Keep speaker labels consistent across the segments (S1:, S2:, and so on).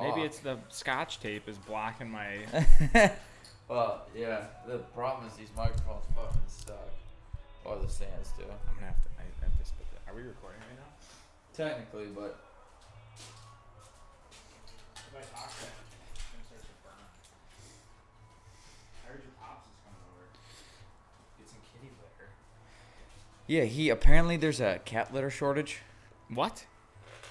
S1: Maybe it's the scotch tape is blocking my.
S2: Well, yeah. The problem is these microphones fucking suck. Or the stands do.
S1: I'm gonna have to. I I have to spit that. Are we recording right now?
S2: Technically, but
S3: If I talk to him, it's gonna start to burn. I heard your pops is coming over. Get some kitty litter.
S2: yeah, he apparently there's a cat litter shortage.
S1: What?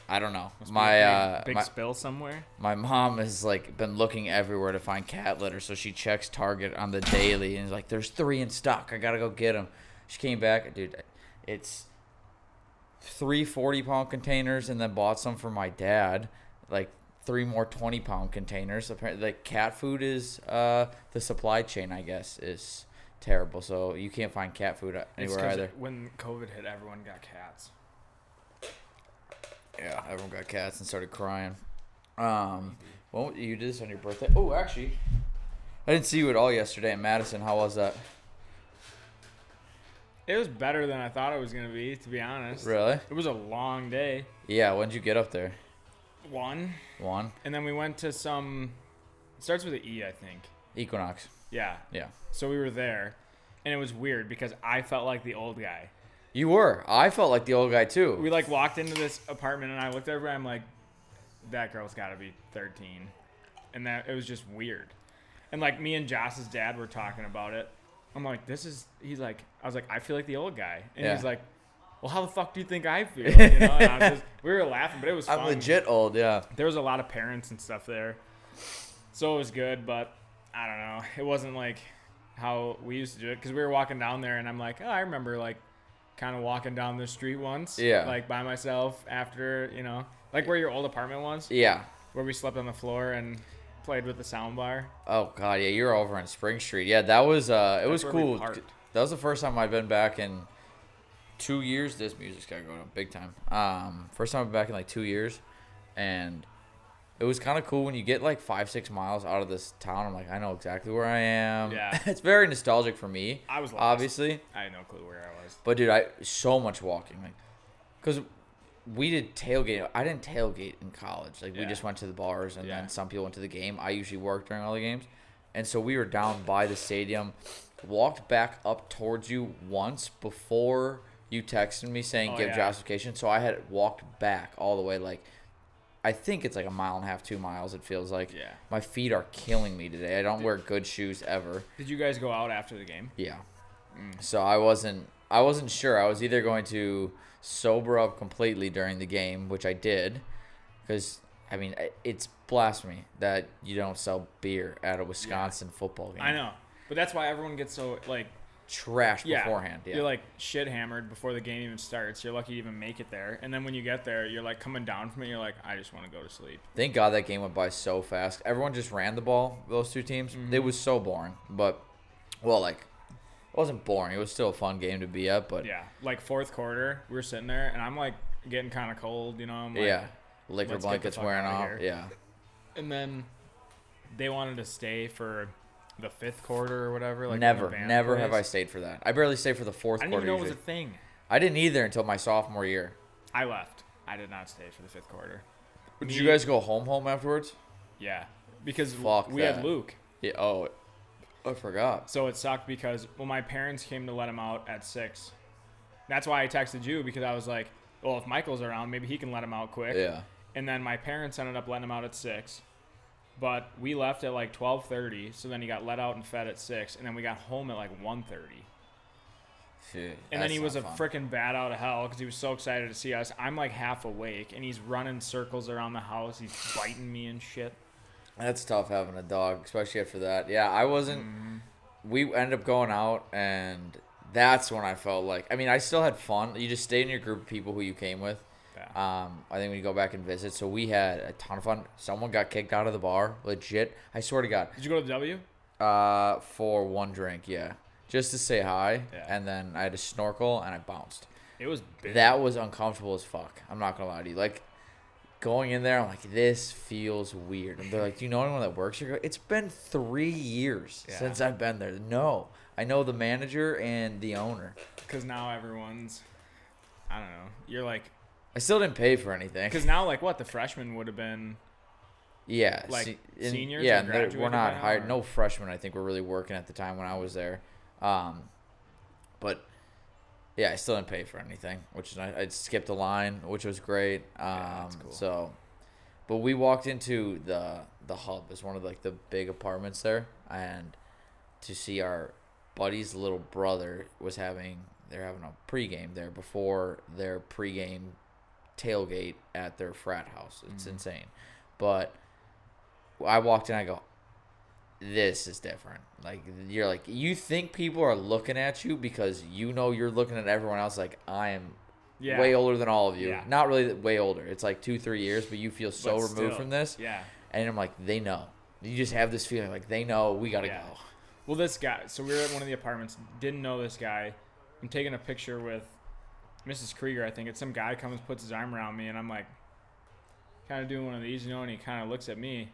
S2: I don't know.
S1: Must be a
S2: My
S1: big,
S2: uh,
S1: big
S2: my,
S1: spill somewhere.
S2: my mom has like been looking everywhere to find cat litter, so she checks Target on the daily and is like, "There's three in stock. I gotta go get them." She came back, dude. It's three 40 pound containers, and then bought some for my dad. Like three more 20 pound containers. Apparently, like cat food is uh the supply chain, I guess, is terrible. So you can't find cat food
S1: It's
S2: anywhere
S1: 'cause
S2: either.
S1: When COVID hit, everyone got cats.
S2: Yeah, everyone got cats and started crying. Um, well, you did this on your birthday. Oh, actually, I didn't see you at all yesterday in Madison. How was that?
S1: It was better than I thought it was gonna be, to be honest.
S2: Really?
S1: It was a long day.
S2: Yeah. When'd you get up there?
S1: One,
S2: One
S1: and then we went to some. It starts with an E, I think.
S2: Equinox.
S1: Yeah.
S2: Yeah.
S1: So we were there, and it was weird because I felt like the old guy.
S2: You were. I felt like the old guy
S1: We
S2: too.
S1: like walked into this apartment, and I looked over. I'm like, that girl's got to be 13, and that it was just weird. And like me and Joss's dad were talking about it. I'm like, this is. He's like, I was like, I feel like the old guy, and
S2: Yeah.
S1: he's like, well, how the fuck do you think I feel? You know? And I was just, we were laughing, but it was.
S2: I'm
S1: fun.
S2: legit old. Yeah.
S1: There was a lot of parents and stuff there, so it was good. But I don't know. It wasn't like how we used to do it because we were walking down there, and I'm like, oh, I remember like kind of walking down the street once,
S2: Yeah.
S1: like by myself after you know, like where your old apartment was,
S2: Yeah.
S1: where we slept on the floor and played with the sound bar.
S2: Oh God, yeah, you were over on Spring Street. Yeah, that was uh, it was
S1: where we
S2: cool.
S1: parked.
S2: That was the first time I've been back in two years. This music's got to go up big time. Um, first time I've been back in like two years, and it was kind of cool when you get like five six miles out of this town. I'm like, I know exactly where I am.
S1: Yeah.
S2: it's very nostalgic for me.
S1: I was lost.
S2: obviously,
S1: I had no clue where I was.
S2: but dude, I so much walking, like, cause we did tailgate. I didn't tailgate in college. Like we
S1: Yeah.
S2: just went to the bars, and
S1: Yeah.
S2: then some people went to the game. I usually worked during all the games, and so we were down by the stadium, walked back up towards you once before you texted me saying
S1: Oh,
S2: give
S1: yeah.
S2: Josh location. So I had walked back all the way, like I think it's like a mile and a half, two miles. It feels like.
S1: Yeah.
S2: My feet are killing me today. I don't wear good shoes ever.
S1: Did you guys go out after the game?
S2: Yeah. So I wasn't I wasn't sure. I was either going to sober up completely during the game, which I did, because I mean i- it's blasphemy that you don't sell beer at a Wisconsin football game.
S1: I know, but that's why everyone gets so like
S2: Trash
S1: yeah,
S2: beforehand. Yeah.
S1: You're like shit hammered before the game even starts. You're lucky to even make it there. And then when you get there, you're like coming down from it. You're like, I just want to go to sleep.
S2: Thank God that game went by so fast. Everyone just ran the ball. Those two teams. It
S1: Mm-hmm.
S2: was so boring, but well, like it wasn't boring. It was still a fun game to be at, but
S1: Yeah. Like fourth quarter, we were sitting there, and I'm like getting kind of cold, you know? I'm like,
S2: yeah. Liquor
S1: let's get the
S2: blankets
S1: fuck
S2: wearing
S1: outta
S2: off.
S1: here.
S2: Yeah.
S1: And then they wanted to stay for the fifth quarter or whatever. Like when the
S2: never,
S1: band
S2: never have I
S1: plays.
S2: stayed for that. I barely stayed for the fourth
S1: I didn't
S2: quarter.
S1: even know it was a
S2: usually.
S1: thing.
S2: I didn't either until my sophomore year.
S1: I left. I did not stay for the fifth quarter.
S2: Did
S1: Me-
S2: you guys go home home afterwards?
S1: Yeah. Because
S2: Fuck
S1: we
S2: that.
S1: had Luke.
S2: Yeah. Oh, I forgot.
S1: So it sucked because well, my parents came to let him out at six. That's why I texted you because I was like, well, if Michael's around, maybe he can let him out quick.
S2: Yeah.
S1: And then my parents ended up letting him out at six, but we left at like twelve thirty. So then he got let out and fed at six, and then we got home at like 1.30.
S2: Shit,
S1: And then
S2: that's
S1: he was a
S2: not fun.
S1: freaking bat out of hell because he was so excited to see us. I'm like half awake, and he's running circles around the house. He's biting me and shit.
S2: That's tough having a dog, especially after that. Yeah, I wasn't.
S1: Mm-hmm.
S2: We ended up going out, and that's when I felt like. I mean, I still had fun. You just stay in your group of people who you came with.
S1: Yeah.
S2: Um, I think we go back and visit. So we had a ton of fun. Someone got kicked out of the bar. Legit. I swear to God.
S1: Did you go to the W?
S2: Uh, for one drink, yeah, just to say hi,
S1: Yeah.
S2: and then I had a snorkel and I bounced.
S1: It was big.
S2: That was uncomfortable as fuck. I'm not gonna lie to you. Like going in there, I'm like, this feels weird. And they're like, do you know anyone that works here? I go, It's been three years
S1: Yeah.
S2: since I've been there. No, I know the manager and the owner.
S1: Because now everyone's, I don't know. You're like,
S2: I still didn't pay for anything.
S1: because now like what the freshman would have been,
S2: Yeah,
S1: like,
S2: and-
S1: seniors
S2: Yeah,
S1: that
S2: and they're- we're
S1: graduated by
S2: not
S1: now,
S2: hired.
S1: or-
S2: No freshmen, I think, were really working at the time when I was there. Um, but yeah, I still didn't pay for anything, which is nice. I skipped a line, which was great. Um,
S1: that's cool.
S2: So, but we walked into the the hub is one of like the big apartments there, and to see our buddy's little brother was having they're having a pregame there before their pregame tailgate at their frat house. It's
S1: Mm-hmm.
S2: insane, but I walked in, I go, this is different. Like you're like you think people are looking at you because you know you're looking at everyone else like I am
S1: Yeah.
S2: way older than all of you.
S1: Yeah.
S2: Not really way older. It's like two three years, but you feel
S1: but
S2: so removed
S1: still,
S2: from this.
S1: Yeah.
S2: And I'm like they know. You just have this feeling like they know we gotta
S1: Yeah.
S2: go.
S1: Well, this guy. So we were at one of the apartments. Didn't know this guy. I'm taking a picture with Mrs. Krieger. I think it's some guy comes, puts his arm around me, and I'm like, kind of doing one of these, you know. And he kind of looks at me,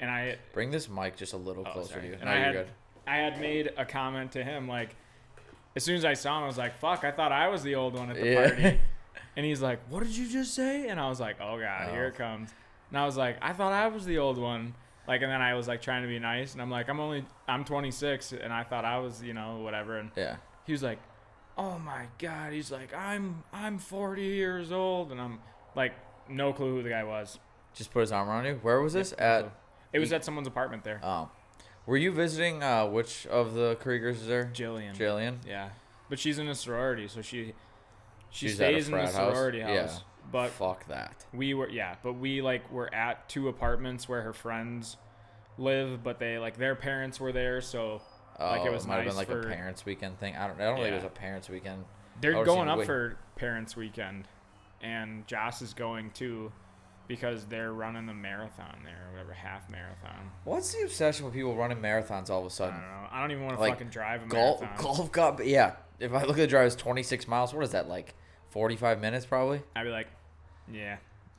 S1: and I
S2: Bring this mic just a little
S1: Oh,
S2: closer
S1: sorry.
S2: to you.
S1: And
S2: No,
S1: I
S2: you're
S1: had,
S2: good.
S1: I had made a comment to him like, as soon as I saw him, I was like, "Fuck!" I thought I was the old one at the
S2: Yeah.
S1: party. And he's like, "What did you just say?" And I was like, "Oh god, here
S2: Oh.
S1: it comes." And I was like, "I thought I was the old one." Like, and then I was like trying to be nice, and I'm like, "I'm only, I'm 26," and I thought I was, you know, whatever. And
S2: Yeah.
S1: he was like, "Oh my god," he's like, "I'm, I'm 40 years old," and I'm like, no clue who the guy was.
S2: Just put his arm around you. Where was this at?
S1: It was at someone's apartment there.
S2: Um, were you visiting? Uh, which of the Kriegers is there?
S1: Jillian.
S2: Jillian.
S1: Yeah, but she's in a sorority, so she she
S2: She's at a
S1: stays in the
S2: frat house?
S1: sorority
S2: Yeah.
S1: house. But
S2: Fuck that.
S1: we were yeah, but we like were at two apartments where her friends live, but they like their parents were there, so
S2: Oh,
S1: like it was
S2: might
S1: nice
S2: have been like
S1: for
S2: a parents' weekend thing. I don't. I don't think it was
S1: Yeah.
S2: a parents' weekend. I
S1: they're
S2: would've
S1: going
S2: seen
S1: up
S2: way-
S1: for parents weekend, and Joss is going too because they're running the marathon there, or whatever half marathon.
S2: What's the obsession with people running marathons all of a
S1: I don't
S2: sudden?
S1: know. I don't even want to
S2: Like,
S1: fucking drive a
S2: Golf,
S1: marathon.
S2: golf got yeah. If I look at the drive, it's 26 miles. What is that like? 45 minutes probably.
S1: I'd be like, yeah,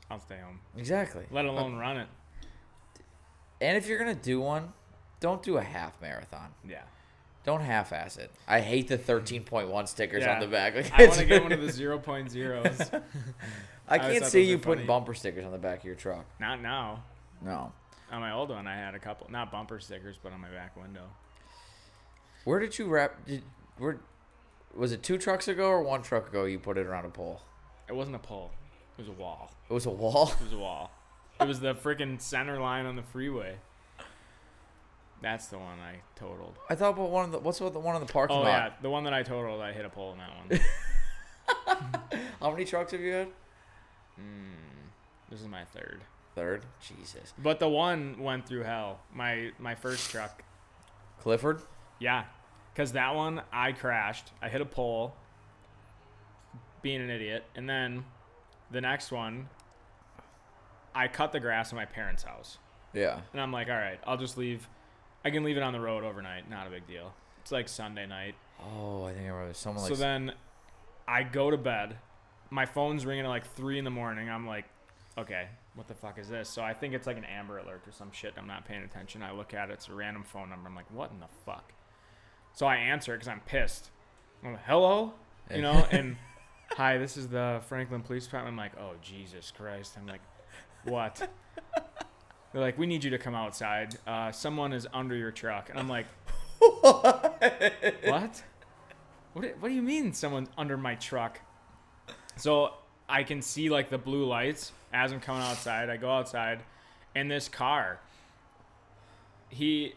S1: I'll stay home.
S2: Exactly.
S1: Let alone run it.
S2: And if you're gonna do one, don't do a half marathon.
S1: Yeah.
S2: Don't half-ass it. I hate the 13.1 stickers
S1: Yeah.
S2: on the back. Like,
S1: I want to get one of the 0.0s.
S2: I
S1: always
S2: can't
S1: thought
S2: see
S1: those
S2: you
S1: were
S2: putting
S1: funny.
S2: bumper stickers on the back of your truck.
S1: Not now.
S2: No.
S1: On my old one, I had a couple, not bumper stickers, but on my back window.
S2: Where did you wrap? Did where? Was it two trucks ago or one truck ago? You put it around a pole.
S1: It wasn't a pole. It was a wall.
S2: It was a wall.
S1: It was a wall. It was the freaking center line on the freeway. That's the one I totaled.
S2: I thought about one of the what's with the one in the parking
S1: Oh
S2: lot.
S1: yeah, the one that I totaled, I hit a pole in that one.
S2: How many trucks have you had?
S1: this is my third.
S2: Third. Jesus.
S1: But the one went through hell. My my first truck.
S2: Clifford.
S1: Yeah. Cuz that one I crashed. I hit a pole being an idiot. And then the next one I cut the grass in my parents' house.
S2: Yeah.
S1: And I'm like, all right, I'll just leave. I can leave it on the road overnight. Not a big deal. It's like Sunday night.
S2: Oh, I think I remember someone like.
S1: so then I go to bed. My phone's ringing at like three in the morning. I'm like, okay, what the fuck is this? So I think it's like an Amber Alert or some shit. I'm not paying attention. I look at it. It's a random phone number. I'm like, what in the fuck? So I answer because I'm pissed. I'm like, hello, you know, and hi, this is the Franklin Police Department. I'm like, oh Jesus Christ. I'm like, what? They're like, we need you to come outside. Uh, someone is under your truck, and I'm like, what? What? do- What do you mean someone's under my truck? So I can see like the blue lights as I'm coming outside. I go outside, and this car. He,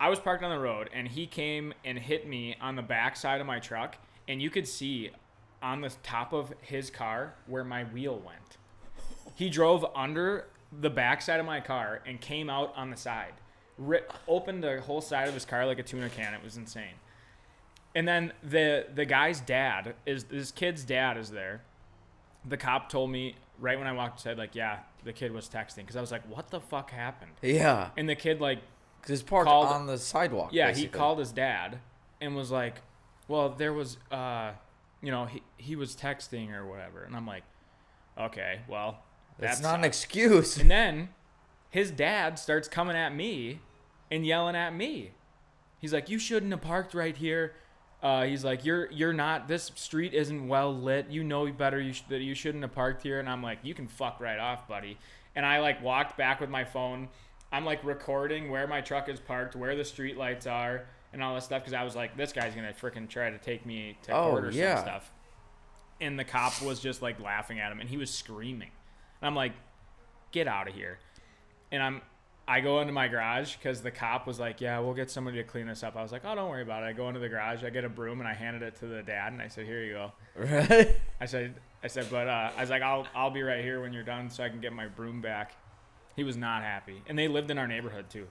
S1: I was parked on the road, and he came and hit me on the back side of my truck, and you could see on the top of his car where my wheel went. He drove under the back side of my car and came out on the side. Rip, opened the whole side of his car like a tuna can. It was insane. And then the the guy's dad is this kid's dad is there. The cop told me right when I walked said like, yeah, the kid was texting because I was like, what the fuck happened?
S2: yeah,
S1: And the kid like,
S2: because it's parked
S1: called-
S2: on the sidewalk.
S1: yeah, he
S2: basically.
S1: called his dad and was like, well, there was, uh, you know, he he was texting or whatever. And I'm like, okay, well,
S2: It's
S1: that's
S2: not an excuse.
S1: and then his dad starts coming at me and yelling at me. He's like, "You shouldn't have parked right here." Uh, he's like, "You're you're not. This street isn't well lit. You know better. You sh- that you shouldn't have parked here." And I'm like, "You can fuck right off, buddy." and I like walked back with my phone. I'm like recording where my truck is parked, where the street lights are, and all this stuff because I was like, this guy's gonna freaking try to take me to
S2: Oh,
S1: court or
S2: yeah.
S1: some stuff. And the cop was just like laughing at him, and he was screaming. And I'm like, get out of here. And I'm, I go into my garage because the cop was like, yeah, we'll get somebody to clean this up. I was like, oh, don't worry about it. I go into the garage, I get a broom, and I handed it to the dad, and I said, here you go.
S2: Right?
S1: I said, I said, but uh, I was like, I'll, I'll be right here when you're done, so I can get my broom back. He was not happy, and they lived in our neighborhood too.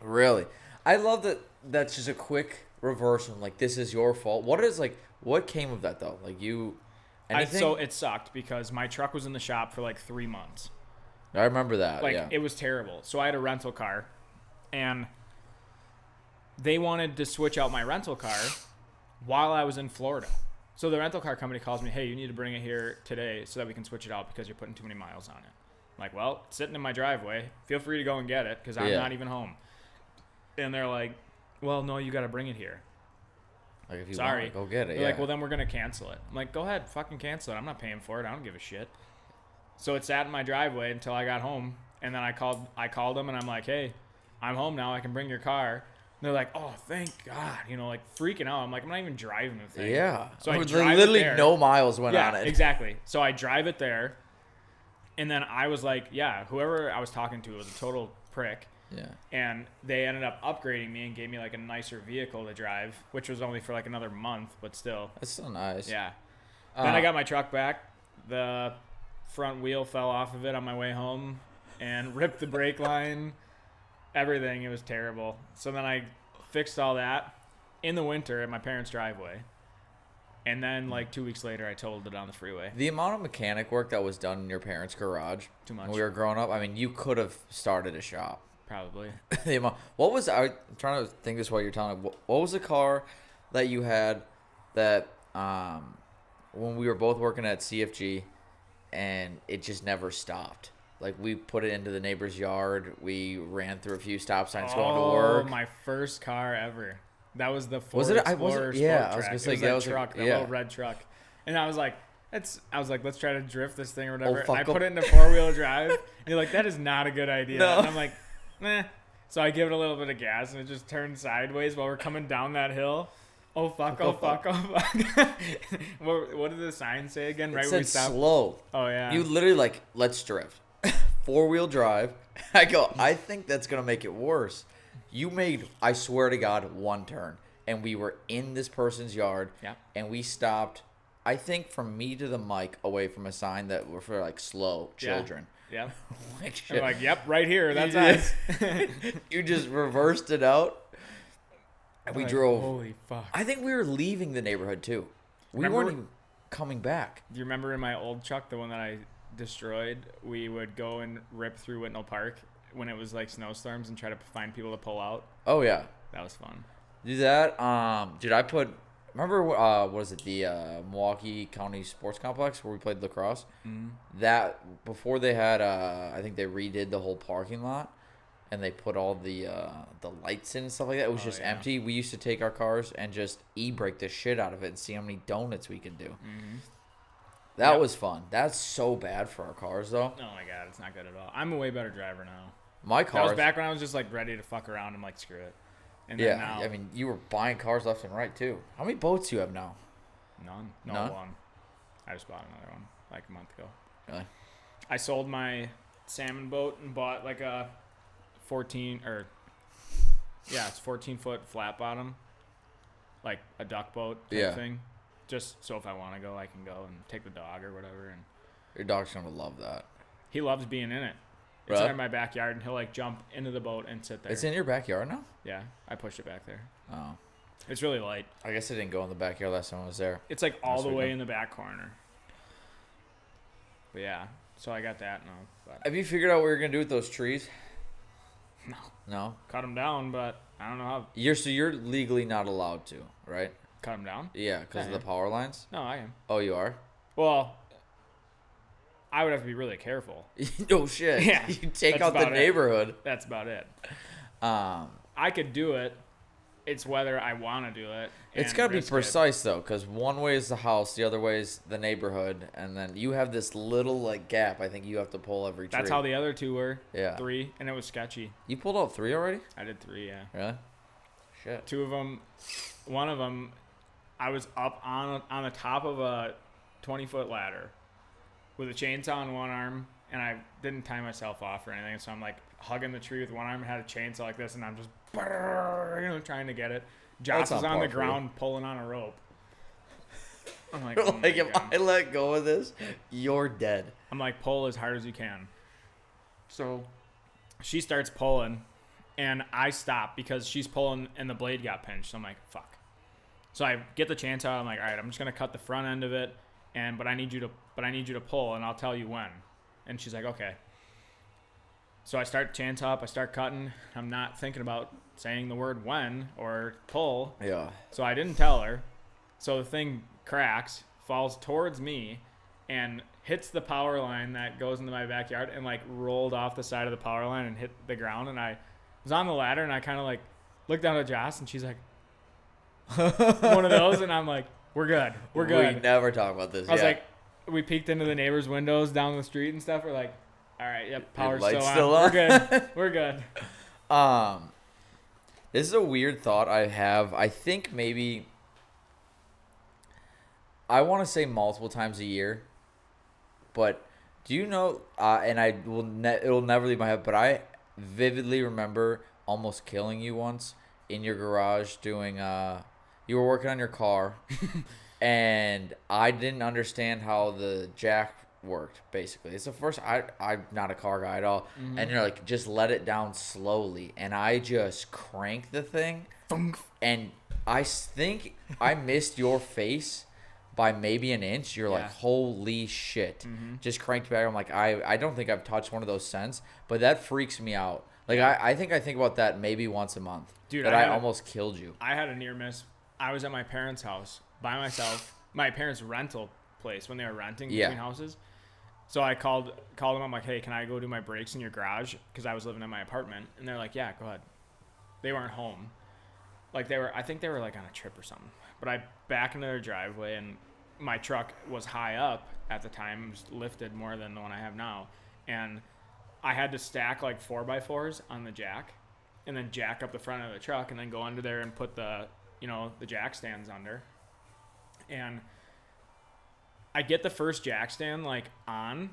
S2: Really? I love that that's just a quick reversal. Like, this is your fault. What is, like, what came of that, though? Like, you.
S1: I,
S2: Anything? I,
S1: so it sucked because my truck was in the shop for like three months.
S2: remember that.
S1: Like
S2: yeah.
S1: it was terrible. So I had a rental car, and they wanted to switch out my rental car while I was in Florida. So the rental car company calls me, "Hey, you need to bring it here today so that we can switch it out because you're putting too many miles on it." I'm like, well, it's sitting in my driveway. Feel free to go and get it because I'm
S2: Yeah.
S1: not even home. And they're like, "Well, no, you got to bring it here."
S2: like, if you
S1: Sorry,
S2: want, go get it.
S1: They're
S2: Yeah.
S1: Like, well, then we're gonna cancel it. I'm like, go ahead, fucking cancel it. I'm not paying for it. I don't give a shit. So it sat in my driveway until I got home, and then I called. I called them, and I'm like, hey, I'm home now. I can bring your car. And they're like, oh, thank God. You know, like freaking out. I'm like, I'm not even driving the thing.
S2: yeah.
S1: So I
S2: With
S1: drive it
S2: literally
S1: there.
S2: no miles went on
S1: Yeah,
S2: it.
S1: exactly. So I drive it there, and then I was like, yeah, whoever I was talking to was a total prick
S2: Yeah.
S1: and they ended up upgrading me and gave me like a nicer vehicle to drive, which was only for like another month, but still,
S2: That's so nice.
S1: yeah. then I
S2: Uh,
S1: got my truck back. The front wheel fell off of it on my way home and ripped the brake line. Everything it was terrible. So then I fixed all that in the winter at my parents' driveway. And then like 2 weeks later I totaled it on the freeway.
S2: The amount of mechanic work that was done in your parents' garage
S1: Too much.
S2: when we were growing up, I mean, you could have started a shop.
S1: Probably.
S2: the amount, what was I, am trying to think this while you're telling me. What, what was the car that you had that um, when we were both working at CFG and it just never stopped? Like we put it into the neighbor's yard. We ran through a few stop signs going to work.
S1: Oh, my first car ever. That was the Ford
S2: Was it-
S1: was it,
S2: I
S1: Explorer.
S2: wasn't-
S1: Sport
S2: yeah, I was
S1: track.
S2: gonna say,
S1: it was
S2: yeah,
S1: that
S2: I was like-
S1: truck, that
S2: yeah.
S1: little red truck, and I was like, "That's." I was like, "Let's try to drift this thing or whatever." and I
S2: fuck, oh.
S1: put it into four wheel drive, and you're like, "That is not a good idea."
S2: No.
S1: And I'm like, "Meh." So I give it a little bit of gas, and it just turns sideways while we're coming down that hill. Oh fuck! Oh fuck! Oh fuck! what, what did the sign say again?
S2: It
S1: Right where we
S2: said
S1: stopped.
S2: slow.
S1: oh yeah.
S2: You literally like, let's drift. Four wheel drive. I go, I think that's gonna make it worse. You made, I swear to God, one turn. And we were in this person's yard.
S1: Yeah.
S2: And we stopped, I think from me to the mic away from a sign that were for like slow
S1: Yeah.
S2: children.
S1: Yeah.
S2: Like,
S1: I'm
S2: shit.
S1: like, "Yep, right here. That's us."
S2: you just reversed it out. And we
S1: Like,
S2: drove.
S1: Holy fuck!
S2: I think we were leaving the neighborhood too. We
S1: Remember-
S2: weren't even coming back.
S1: Do you remember in my old truck, the one that I destroyed, we would go and rip through Whitnell Park when it was like snowstorms and try to find people to pull out?
S2: Oh, yeah.
S1: That was fun.
S2: Do that. Um, dude, I put. Remember, uh, what is it? The uh, Milwaukee County Sports Complex where we played lacrosse.
S1: Mm-hmm.
S2: That before they had, uh, I think they redid the whole parking lot, and they put all the uh, the lights in and stuff like that. It was just
S1: Oh, yeah.
S2: empty. We used to take our cars and just e brake the shit out of it and see how many donuts we could do.
S1: Mm-hmm.
S2: That was fun. That's so bad for our cars though.
S1: Oh my god, it's not good at all. I'm a way better driver now.
S2: My
S1: That was
S2: cars.
S1: back when I was just like ready to fuck around. I'm like, screw it. And
S2: yeah,
S1: then now,
S2: I mean, you were buying cars left and right too. How many boats do you have now?
S1: none, no
S2: None?
S1: one. I just bought another one like a month ago.
S2: Really?
S1: I sold my salmon boat and bought like a 14 or yeah, it's 14 foot flat bottom, like a duck boat type
S2: Yeah.
S1: thing. Just so if I want to go, I can go and take the dog or whatever. And
S2: Your dog's gonna love that.
S1: he loves being in it. It's
S2: Really?
S1: in my backyard, and he'll like jump into the boat and sit there.
S2: It's in your backyard now?
S1: yeah, I pushed it back there.
S2: Oh.
S1: It's really light.
S2: I guess it didn't go in the backyard last time I was there.
S1: It's like all
S2: That's
S1: the
S2: what
S1: way
S2: we-
S1: in the back corner. But yeah, so I got that now. But
S2: Have you figured out what you're gonna do with those trees? No. No?
S1: cut him down, but I don't know how
S2: You're so you're legally not allowed to, right?
S1: cut him down.
S2: Yeah, because of
S1: Yeah.
S2: the power lines.
S1: No, I am.
S2: Oh, you are.
S1: Well, I would have to be really careful.
S2: oh shit!
S1: Yeah,
S2: you take
S1: that's
S2: out the
S1: about it.
S2: neighborhood.
S1: That's about it.
S2: Um,
S1: I could do it it's whether I want to do it.
S2: It's
S1: and
S2: got to be
S1: risk it.
S2: precise though, because one way is the house, the other way is the neighborhood, and then you have this little like gap. I think you have to pull every.
S1: That's
S2: tree.
S1: how the other two were.
S2: Yeah.
S1: Three, and it was sketchy.
S2: You pulled out three already?
S1: I did three. Yeah.
S2: Really? Shit.
S1: Two of them, one of them, I was up on on the top of a twenty foot ladder with a chainsaw on one arm, and I didn't tie myself off or anything, so I'm like hugging the tree with one arm and had a chainsaw like this, and I'm just you know trying to get it. Josh
S2: That's
S1: was
S2: not
S1: on
S2: par for
S1: the
S2: you.
S1: ground pulling on a rope. I'm like, oh
S2: like
S1: my
S2: if
S1: God.
S2: I let go of this, you're dead.
S1: I'm like, pull as hard as you can. So she starts pulling, and I stop because she's pulling, and the blade got pinched. I'm like, fuck. So I get the chance out. I'm like, all right, I'm just gonna cut the front end of it, and but I need you to, but I need you to pull, and I'll tell you when. And she's like, okay. So I start chance up. I start cutting. I'm not thinking about saying the word when or pull.
S2: Yeah.
S1: So I didn't tell her. So the thing cracks, falls towards me, and hits the power line that goes into my backyard and like rolled off the side of the power line and hit the ground. And I was on the ladder and I kind of like looked down at Joss and she's like, one of those. And I'm like, we're good. We're good.
S2: We never talk about this.
S1: I was
S2: yeah.
S1: like, we peeked into the neighbors' windows down the street and stuff. We're like, all right, yep, power's
S2: light's
S1: still on.
S2: still on."
S1: We're good. We're good.
S2: Um, this is a weird thought I have. I think maybe I want to say multiple times a year, but do you know? Uh, and I will ne- it'll never leave my head, but I vividly remember almost killing you once in your garage doing. Uh, you were working on your car, and I didn't understand how the jack worked. Basically, it's the first I I'm not a car guy at all,
S1: Mm-hmm.
S2: and you're like just let it down slowly, and I just cranked the thing, and I s- think I missed your face by maybe an inch. You're like,
S1: Yeah. Mm-hmm.
S2: holy shit! Just cranked back. I'm like, I I don't think I've touched one of those since, but that freaks me out. Like I, I think I think about that maybe once a month.
S1: Dude,
S2: that
S1: I
S2: I,
S1: had a-
S2: almost killed you.
S1: I had a near miss. I was at my parents' house by myself. My parents' rental place when they were renting
S2: Yeah.
S1: between houses. So I called called them. I'm like, hey, can I go do my breaks in your garage? Because I was living in my apartment, and they're like, yeah, go ahead. They weren't home. Like they were, I think they were like on a trip or something. But I back into their driveway, and my truck was high up at the time, it was lifted more than the one I have now, and I had to stack like four by fours on the jack, and then jack up the front of the truck, and then go under there and put the you know the jack stands under, and I get the first jack stand like on,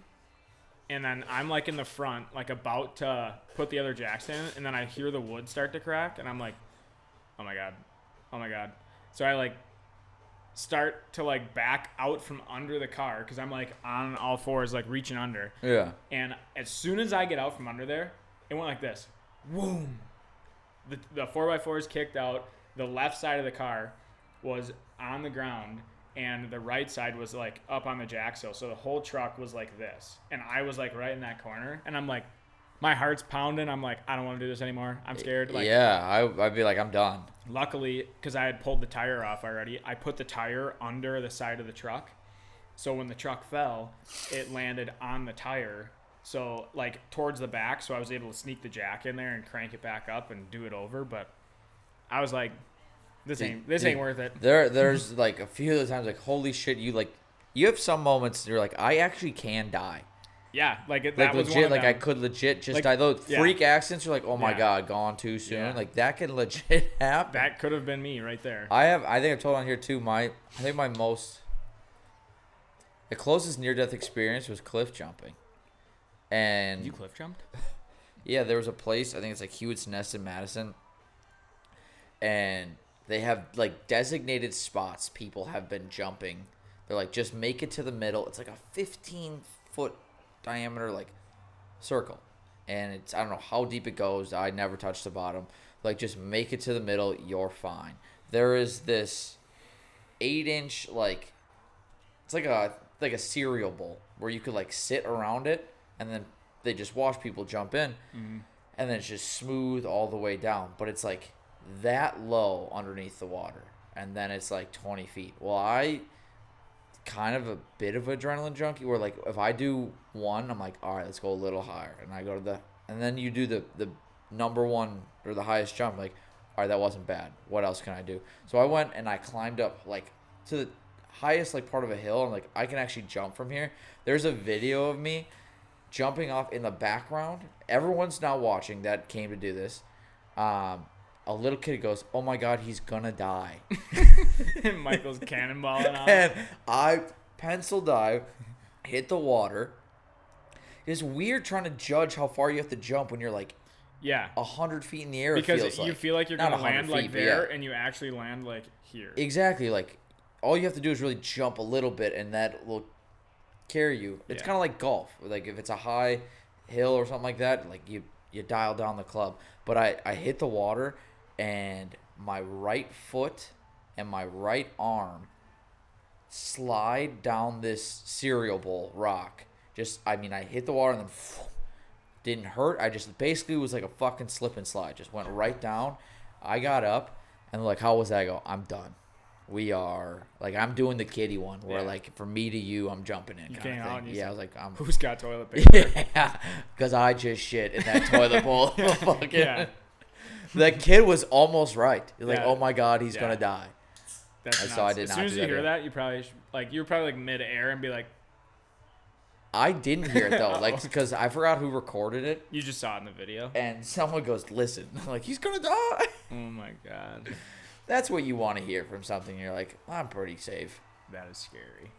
S1: and then I'm like in the front, like about to put the other jack stand, in, and then I hear the wood start to crack, and I'm like, oh my god, oh my god. So I like start to like back out from under the car because I'm like on all fours, like reaching under.
S2: Yeah.
S1: And as soon as I get out from under there, it went like this. Boom. The, the 4x4 is kicked out. The left side of the car was on the ground, and the right side was like up on the jack so So the whole truck was like this. And I was like right in that corner. And I'm like, my heart's pounding. I'm like, I don't want to do this anymore. I'm scared. Like,
S2: yeah, I, I'd be like, I'm done.
S1: Luckily, because I had pulled the tire off already, I put the tire under the side of the truck. So when the truck fell, it landed on the tire. So like towards the back, so I was able to sneak the jack in there and crank it back up and do it over. But I was like, this
S2: Dude,
S1: ain't this
S2: dude,
S1: ain't worth it.
S2: There, there's like a few of the times, like, holy shit, you like, you have some moments you're like, I actually can die.
S1: Yeah, like it,
S2: Like,
S1: that was one
S2: legit,
S1: of
S2: like, I
S1: them.
S2: could legit just
S1: Like,
S2: die. Those
S1: yeah.
S2: freak accidents, you're like, oh my
S1: Yeah.
S2: God, gone too soon.
S1: Yeah.
S2: Like, that can legit happen.
S1: that could have been me right there.
S2: I have, I think I've told on here too, my, I think my most, the closest near death experience was cliff jumping. And
S1: you cliff jumped?
S2: Yeah, there was a place. I think it's like Hewitt's Nest in Madison, and they have like designated spots. People have been jumping. They're like, just make it to the middle. It's like a 15 foot diameter like circle, and it's I don't know how deep it goes. I never touched the bottom. Like, just make it to the middle. You're fine. There is this eight inch like it's like a like a cereal bowl where you could like sit around it and then they just watch people jump in and then it's just smooth all the way down but it's like that low underneath the water and then it's like 20 feet well i kind of a bit of adrenaline junkie where like if i do one i'm like all right let's go a little higher and i go to the and then you do the the number one or the highest jump like all right, that wasn't bad. What else can I do? So I went and I climbed up like to the highest like part of a hill. I'm like, I can actually jump from here. There's a video of me jumping off in the background. Everyone's not watching that came to do this. Um, a little kid goes, "Oh my god, he's gonna die,"
S1: Michael's cannonballing off.
S2: and I pencil dive, hit the water. It's weird trying to judge how far you have to jump when you're like
S1: Yeah.
S2: a hundred feet in the air.
S1: Because
S2: it feels
S1: you
S2: like.
S1: feel like you're
S2: Not
S1: gonna
S2: 100
S1: land like
S2: feet, but yeah.
S1: there, and you actually land like here.
S2: Exactly. Like all you have to do is really jump a little bit, and that will carry you. It's
S1: Yeah.
S2: kind of like golf. Like if it's a high hill or something like that, like you you dial down the club. But I I hit the water, and my right foot and my right arm slide down this cereal bowl rock. Just I mean I hit the water and then. didn't hurt. I just basically was like a fucking slip and slide. Just went right down. I got up and like, how was that? I go, I'm done. We are like, I'm doing the kitty one where
S1: Yeah.
S2: like from me to you, I'm jumping in. Kind
S1: came out
S2: of
S1: and
S2: thing.
S1: you
S2: Yeah, I
S1: said-
S2: was like, I'm.
S1: Who's got toilet paper?
S2: Yeah, because I just shit in that toilet bowl. fucking.
S1: Yeah.
S2: That kid was almost right. He's Like,
S1: Yeah.
S2: oh my god, he's
S1: Yeah.
S2: gonna die.
S1: That's
S2: I
S1: nuts.
S2: saw I did
S1: as
S2: not do
S1: soon as you
S2: that
S1: hear
S2: either.
S1: that, you probably sh like you're probably like mid air and be like,
S2: I didn't hear it though, like, because I forgot who recorded it,
S1: you just saw it in the video.
S2: and someone goes, "Listen, like he's gonna die."
S1: Oh my god,
S2: That's what you want to hear from something. You're like, I'm pretty safe.
S1: that is scary.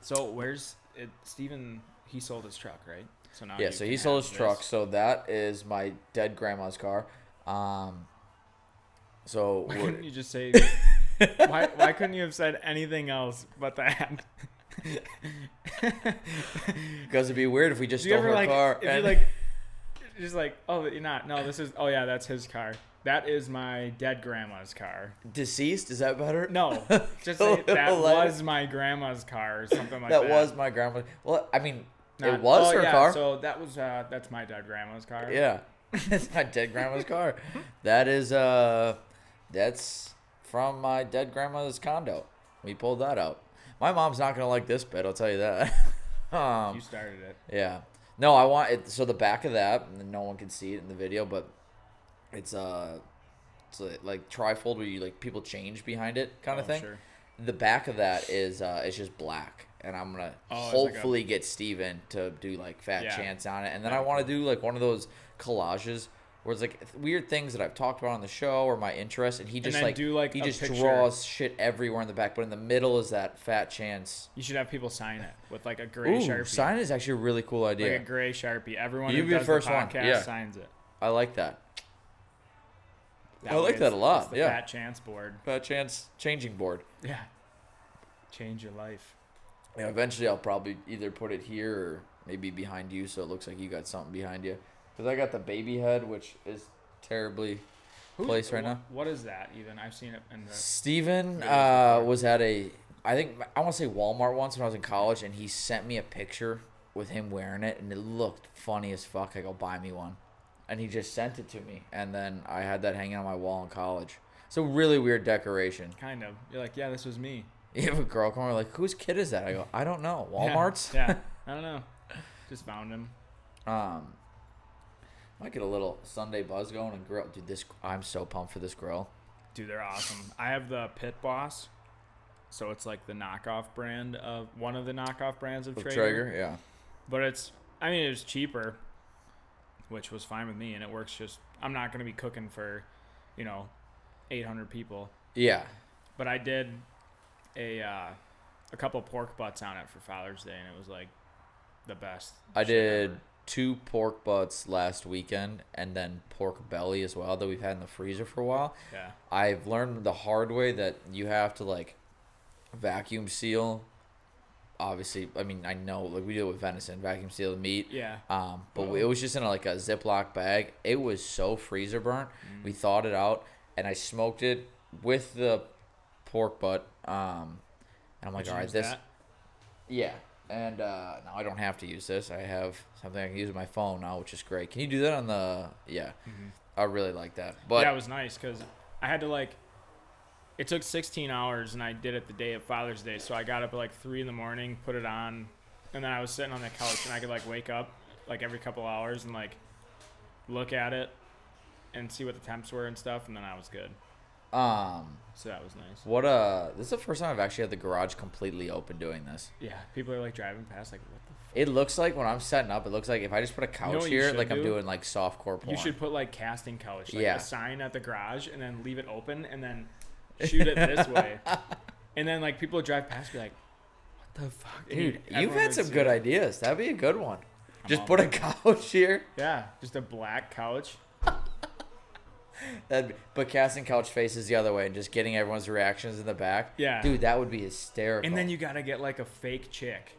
S1: So where's it? Steven, he sold his truck, right? So now
S2: yeah,
S1: you
S2: so
S1: can
S2: he sold
S1: have
S2: his
S1: this.
S2: truck. So that is my dead grandma's car. Um, so
S1: Why
S2: we're-
S1: couldn't you just say? why, why couldn't you have said anything else but that?
S2: because it'd be weird if we just
S1: Do you
S2: stole her
S1: ever like?
S2: car.
S1: If you
S2: and-
S1: like, just like, oh, you're not. No, this is. Oh yeah, that's his car. That is my dead grandma's car.
S2: deceased, is that better?
S1: No, just
S2: A
S1: say, that
S2: little lighter.
S1: was my grandma's car or something like that.
S2: that was my grandma. Well, I mean,
S1: Not-
S2: it was
S1: oh,
S2: her
S1: yeah,
S2: car.
S1: So that was uh, that's my dead grandma's car.
S2: yeah, it's my dead grandma's car. That is uh, that's from my dead grandma's condo. We pulled that out. My mom's not gonna like this bit. I'll tell you that. um,
S1: you started it.
S2: Yeah. No, I want it. So the back of that, and no one can see it in the video, but it's uh, it's like, like trifold where you like people change behind it kind
S1: Oh,
S2: of thing.
S1: sure.
S2: The back of that is uh, it's just black, and I'm gonna
S1: Oh, it's like a-
S2: hopefully get Steven to do like fat
S1: Yeah.
S2: chance on it, and then I want to do like one of those collages. Where it's like th- weird things that I've talked about on the show or my interest, and he just
S1: then
S2: like,
S1: do, like,
S2: he
S1: a
S2: just
S1: picture.
S2: draws shit everywhere in the back, but in the middle is that fat chance.
S1: You should have people sign it with like a gray
S2: Ooh,
S1: sharpie.
S2: sign is actually a really cool idea.
S1: Like a gray sharpie. Everyone
S2: You'd
S1: who
S2: be the
S1: does
S2: first
S1: the
S2: one,
S1: podcast
S2: yeah.
S1: signs it.
S2: I like that. I
S1: way
S2: like that
S1: it's-
S2: a lot,
S1: it's the
S2: yeah.
S1: Fat chance board.
S2: Fat chance changing board.
S1: Yeah. Change your life.
S2: And eventually, I'll probably either put it here or maybe behind you, so it looks like you got something behind you. Because I got the baby head, which is terribly
S1: Who's-
S2: placed right
S1: wha-
S2: now.
S1: What is that even? I've seen it in the.
S2: Steven
S1: Yeah,
S2: uh, was at a, I think I want to say Walmart once when I was in college, and he sent me a picture with him wearing it, and it looked funny as fuck. I go buy me one, and he just sent it to me, and then I had that hanging on my wall in college. It's a really weird decoration.
S1: Kind of. You're like, yeah, this was me.
S2: You have a girl come over like, whose kid is that? I go, I don't know.
S1: Yeah,
S2: Walmart's.
S1: Yeah. I don't know. Just found him.
S2: Um, might get a little Sunday buzz going and grill. Dude, this I'm so pumped for this grill.
S1: Dude, they're awesome. I have the Pit Boss, so it's like the knockoff brand of one of the knockoff brands of
S2: With
S1: Traeger,
S2: Traeger, yeah.
S1: but it's I mean it's cheaper, which was fine with me, and it works. Just I'm not gonna be cooking for, you know, 800 people,
S2: Yeah.
S1: but I did a uh, a couple pork butts on it for Father's Day, and it was like the best.
S2: I
S1: shit
S2: did
S1: ever.
S2: two pork butts last weekend and then pork belly as well that we've had in the freezer for a while.
S1: Yeah.
S2: I've learned the hard way that you have to like vacuum seal. Obviously, I mean, I know like we do it with venison, vacuum seal the meat.
S1: Yeah.
S2: Um, but we- it was just in like a Ziploc bag. It was so freezer burnt.
S1: Mm.
S2: We thawed it out, and I smoked it with the pork butt. Um, and I'm like,
S1: Did you
S2: all right,
S1: use
S2: this,
S1: that?
S2: yeah. And uh, now I don't have to use this. I have something I can use on my phone now, which is great. Can you do that on the? Yeah, I really like that. But
S1: Mm-hmm. yeah, it was nice because I had to like. It took 16 hours, and I did it the day of Father's Day. So I got up at like three in the morning, put it on, and then I was sitting on the couch, and I could like wake up like every couple hours and like look at it, and see what the temps were and stuff, and then I was good.
S2: Um,
S1: So that was nice.
S2: what uh, this is the first time I've actually had the garage completely open doing this.
S1: Yeah, people are like driving past, like, what the f-
S2: It looks like when I'm setting up, it looks like if I just put a couch
S1: what you
S2: here,
S1: should
S2: like I'm
S1: do?
S2: doing like softcore porn.
S1: You should put like casting couch, like
S2: Yeah.
S1: a sign at the garage, and then leave it open, and then shoot it this way, and then like people drive past, be like, what the fuck, And
S2: Dude, you've
S1: everyone
S2: had
S1: would
S2: some
S1: see
S2: good
S1: it.
S2: ideas. That'd be a good one. Just
S1: all
S2: put a couch here.
S1: Yeah, just a black couch.
S2: That'd be, but casting couch faces the other way and just getting everyone's reactions in the back.
S1: Yeah.
S2: Dude, that would be hysterical.
S1: And then you gotta get like a fake chick,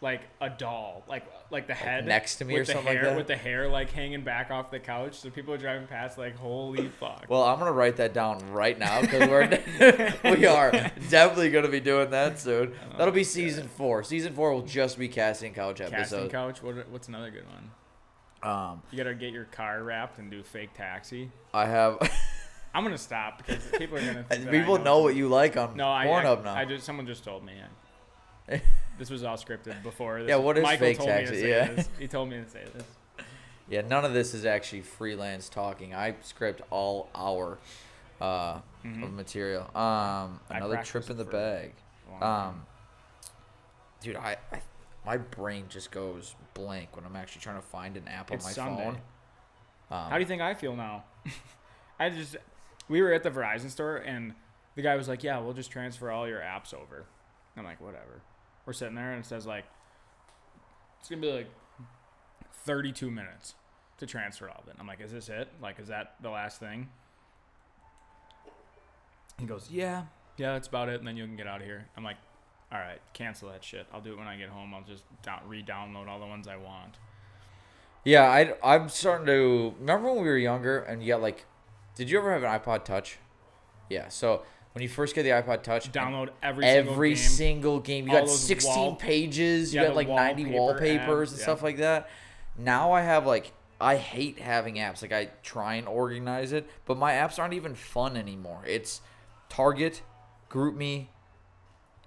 S1: like a doll, like like the head
S2: next to me
S1: with
S2: or
S1: the
S2: something like
S1: hair,
S2: that?
S1: With the hair like hanging back off the couch, so people are driving past like, holy fuck.
S2: Well, I'm gonna write that down right now because we're we are definitely gonna be doing that soon. That'll be season four. Season four will just be casting couch
S1: Oh, casting
S2: episodes.
S1: couch. What, what's another good one?
S2: um,
S1: You gotta get your car wrapped and do fake taxi.
S2: I have
S1: I'm gonna stop because people are gonna. Think that I
S2: people know. what you like on
S1: No, I, I,
S2: Pornhub now.
S1: I just someone just told me. I- this was all scripted before. This.
S2: Yeah, what is
S1: Michael
S2: fake
S1: told Me
S2: taxi?
S1: to say
S2: Yeah.
S1: this. he told me to say this.
S2: yeah, none of this is actually freelance talking. I script all hour uh, of material. Um,
S1: Mm-hmm. I
S2: another trip
S1: practiced
S2: in the
S1: for-
S2: bag.
S1: Long time.
S2: Um, dude, I, I my brain just goes blank when I'm actually trying to find an app on
S1: It's
S2: my
S1: Sunday.
S2: phone. Um,
S1: How do you think I feel now? I just we were at the Verizon store and the guy was like, "Yeah, we'll just transfer all your apps over." And I'm like, "Whatever." We're sitting there and it says like it's going to be like 32 minutes to transfer all of it. And I'm like, "Is this it? Like is that the last thing?" He goes, "Yeah. Yeah, that's about it and then you can get out of here." I'm like, "All right, cancel that shit. I'll do it when I get home. I'll just down- re-download all the ones I want."
S2: Yeah, I I'm starting to remember when we were younger and yeah, like, did you ever have an iPod Touch? Yeah, so when you first get the iPod Touch, and
S1: Download every, single
S2: every
S1: game.
S2: single game, you
S1: All
S2: got
S1: those
S2: 16
S1: wall-
S2: pages, you
S1: Yeah,
S2: got
S1: the
S2: like 90
S1: wallpaper
S2: wallpapers
S1: apps,
S2: and
S1: yeah.
S2: stuff like that. Now I have like I hate having apps. Like I try and organize it, but my apps aren't even fun anymore. It's Target, GroupMe,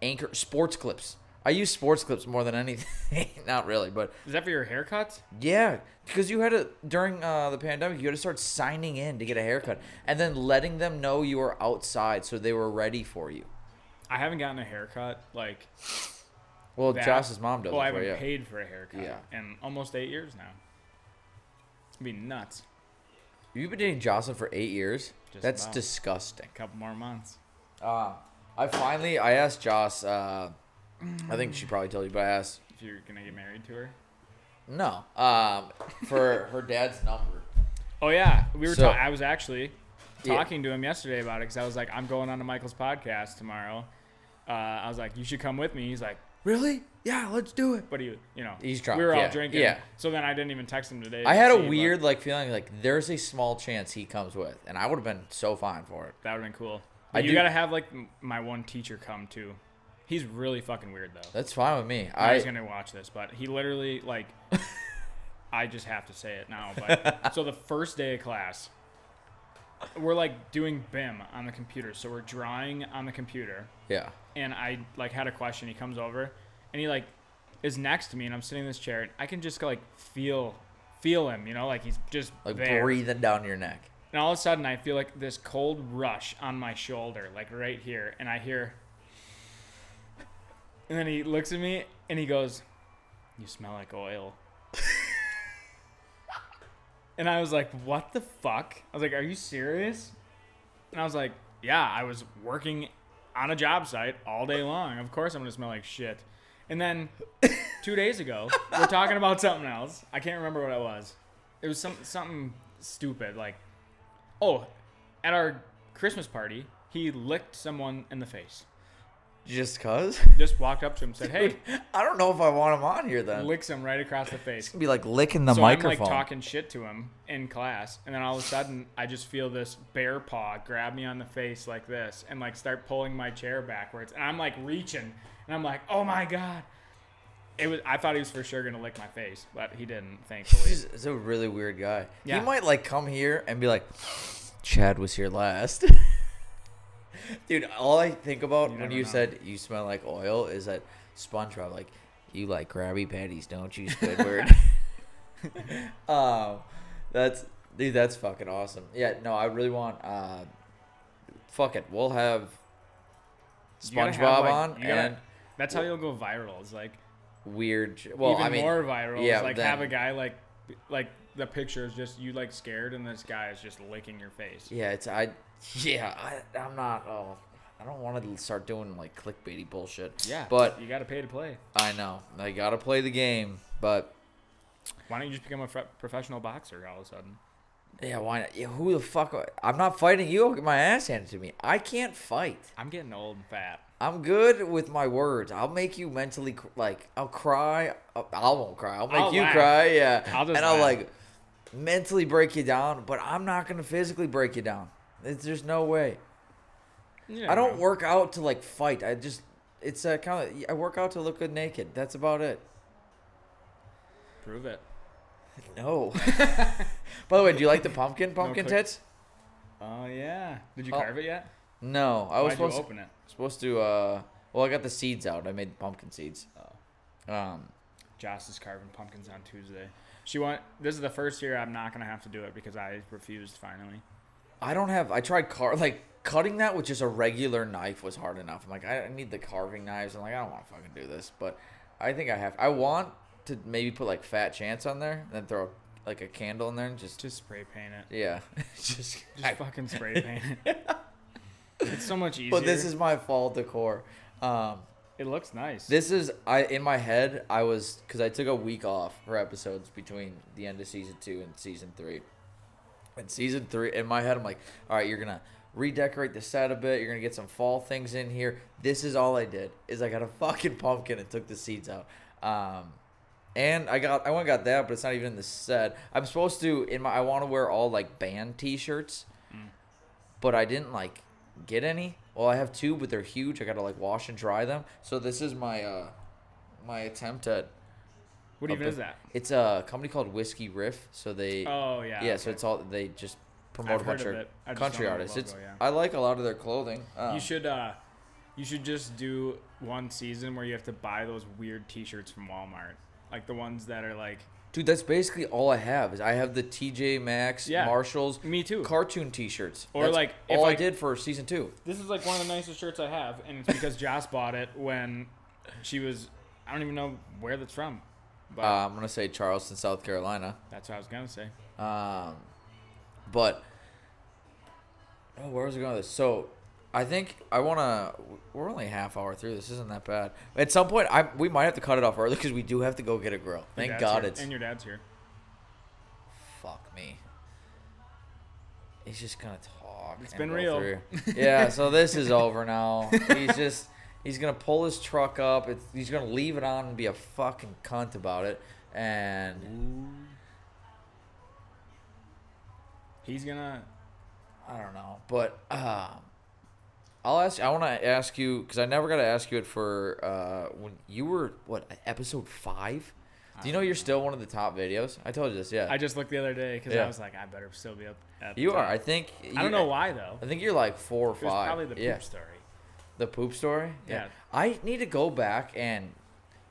S2: Anchor, Sports Clips. I use Sports Clips more than anything. Not really, but
S1: Is that for your haircuts?
S2: yeah, because you had to during uh, the pandemic, you had to start signing in to get a haircut, and then letting them know you were outside so they were ready for you.
S1: I haven't gotten a haircut like
S2: Well,
S1: that.
S2: Josh's mom does
S1: Well, I
S2: it for
S1: haven't
S2: you.
S1: paid for a haircut
S2: Yeah.
S1: in almost eight years now. It's gonna be nuts.
S2: You've been dating Jocelyn for eight years.
S1: Just
S2: That's
S1: about.
S2: disgusting.
S1: A couple more months.
S2: Uh, I finally, I asked Joss. Uh, I think she probably told you, but I asked
S1: If you're gonna get married to her.
S2: no um, for her dad's number.
S1: Oh yeah, we were.
S2: So-
S1: ta- I was actually
S2: Yeah.
S1: talking to him yesterday about it because I was like, I'm going on to Michael's podcast tomorrow. Uh, I was like, you should come with me. He's like,
S2: Really? Yeah, let's do it.
S1: but you, you know,
S2: He's drunk,
S1: We were
S2: yeah,
S1: all drinking.
S2: yeah.
S1: So then I didn't even text him today.
S2: I
S1: to
S2: had
S1: see,
S2: a
S1: but
S2: weird like feeling like there's a small chance he comes with, and I would have been so fine for it.
S1: That would've been cool.
S2: I
S1: But you
S2: do-
S1: gotta have like m- my one teacher come too. He's really fucking weird though.
S2: That's fine with me.
S1: I
S2: I
S1: was gonna watch this, but he literally like. I just have to say it now. But so the first day of class, we're like doing BIM on the computer, so we're drawing on the computer,
S2: yeah.
S1: and I like had a question. He comes over, and he like is next to me, and I'm sitting in this chair, and I can just like feel feel him, you know, like he's just
S2: like
S1: there.
S2: breathing down your neck.
S1: And all of a sudden, I feel like this cold rush on my shoulder, like right here. And I hear. And then he looks at me and he goes, You smell like oil. and I was like, What the fuck? I was like, Are you serious? And I was like, Yeah, I was working on a job site all day long. Of course, I'm going to smell like shit. And then two days ago, we're talking about something else. I can't remember what it was. It was some, something stupid, like Oh, at our Christmas party, he licked someone in the face.
S2: Just cause?
S1: Just walked up to him, said, "Hey,"
S2: I don't know if I want him on here then.
S1: licks him right across the face.
S2: It's gonna be like licking the
S1: So
S2: microphone.
S1: I'm like talking shit to him in class, and then all of a sudden, I just feel this bear paw grab me on the face like this, and like start pulling my chair backwards, and I'm like reaching, and I'm like, "Oh my god!" It was. I thought he was for sure gonna lick my face, but he didn't. Thankfully.
S2: He's, he's a really weird guy.
S1: Yeah.
S2: He might like come here and be like, Chad was here last. Dude, all I think about
S1: You
S2: when
S1: never
S2: you
S1: know.
S2: said you smell like oil is that SpongeBob, like, you like Krabby Patties, don't you, Squidward? um, that's Dude, that's fucking awesome. Yeah, no, I really want. Uh, fuck it, we'll have
S1: You gotta
S2: SpongeBob
S1: have, like-
S2: on
S1: you gotta-
S2: and
S1: that's how you'll go viral. Is like
S2: weird. j- Well,
S1: even
S2: I mean,
S1: more viral.
S2: yeah,
S1: is like
S2: then-
S1: have a guy like like the picture is just you like scared and this guy is just licking your face.
S2: yeah, it's I. Yeah, I, I'm not. Oh, I don't want to start doing like clickbaity bullshit.
S1: Yeah,
S2: but
S1: you got to pay to play.
S2: I know I gotta play the game, but.
S1: Why don't you just become a fr- professional boxer all of a sudden?
S2: Yeah, why not? Yeah, who the fuck? I'm not fighting you. I'll get my ass handed to me. I can't fight.
S1: I'm getting old and fat.
S2: I'm good with my words. I'll make you mentally cr- like. I'll cry. I'll, I won't cry. I'll make
S1: I'll
S2: you
S1: laugh.
S2: cry. Yeah.
S1: I'll just
S2: and I'll
S1: laugh.
S2: like mentally break you down, but I'm not gonna physically break you down. It's, there's no way.
S1: You
S2: I
S1: never
S2: don't
S1: know.
S2: work out to like fight. I just it's uh, kind of I work out to look good naked. That's about it.
S1: prove it.
S2: No. By the way, do you like the pumpkin pumpkin
S1: click.
S2: tits?
S1: Oh yeah. Did you
S2: Oh,
S1: carve it yet?
S2: No, I was
S1: Why'd you
S2: supposed to,
S1: open it?
S2: supposed to. uh Well, I got the seeds out. I made pumpkin seeds. Um.
S1: Joss is carving pumpkins on Tuesday. She want this is the first year I'm not gonna have to do it because I refused finally.
S2: I don't have. I tried car like cutting that with just a regular knife was hard enough. I'm like, I I need the carving knives. I'm like, I don't want to fucking do this, but I think I have. I want to maybe put like fat chance on there, and then throw like a candle in there and just.
S1: Just spray paint it.
S2: yeah, just.
S1: Just fucking spray paint it. it's so much easier.
S2: but this is my fall decor. Um,
S1: it looks nice.
S2: this is I in my head I was because I took a week off for episodes between the end of season two and season three. And season three in my head I'm like, all right, you're gonna redecorate the set a bit. You're gonna get some fall things in here. This is all I did is I got a fucking pumpkin and took the seeds out. Um, and I got I went and got that, but it's not even in the set. I'm supposed to in my I want to wear all like band T-shirts, but I didn't like get any. Well, I have two, but they're huge. I gotta like wash and dry them. So this is my uh my attempt at.
S1: what even is that?
S2: It's a company called Whiskey Riff. So they
S1: Oh yeah.
S2: yeah, so
S1: okay.
S2: it's all they just promote
S1: I've
S2: a bunch
S1: heard
S2: of,
S1: of it. I just
S2: country
S1: don't know the
S2: artists. it's
S1: logo, yeah.
S2: I like a lot of their clothing. Um,
S1: you should uh you should just do one season where you have to buy those weird t-shirts from Walmart. Like the ones that are like
S2: dude, that's basically all I have. Is I have the TJ Maxx,
S1: Yeah.
S2: Marshalls,
S1: me too.
S2: cartoon T-shirts.
S1: Or,
S2: That's
S1: like, if
S2: all I
S1: I-
S2: did for season two.
S1: This is like one of the nicest shirts I have, and it's because Joss bought it when she was. I don't even know where that's from, but
S2: Uh, I'm gonna say Charleston, South Carolina.
S1: that's what I was gonna say.
S2: Um, but oh, where was I going with this? So I think I want to. We're only a half hour through. This isn't that bad. At some point, I we might have to cut it off early because we do have to go get a grill.
S1: Your
S2: Thank
S1: dad's
S2: God
S1: here,
S2: it's
S1: and your dad's here.
S2: fuck me. He's just gonna talk. It's
S1: been real.
S2: Yeah, so this is over now. He's just he's gonna pull his truck up. It's, he's gonna leave it on and be a fucking cunt about it. And
S1: He's gonna.
S2: I don't know, but um, I'll ask. I want to ask you because I never got to ask you it for uh, when you were what episode five. Do you know you're still one of the top videos? I told you this. Yeah,
S1: I just looked the other day because
S2: Yeah.
S1: I was like, I better still be up. At the
S2: you are.
S1: top.
S2: I think.
S1: I don't know why though.
S2: I think you're like four or
S1: It was
S2: five.
S1: probably the poop
S2: yeah.
S1: story.
S2: The poop story?
S1: Yeah.
S2: I need to go back and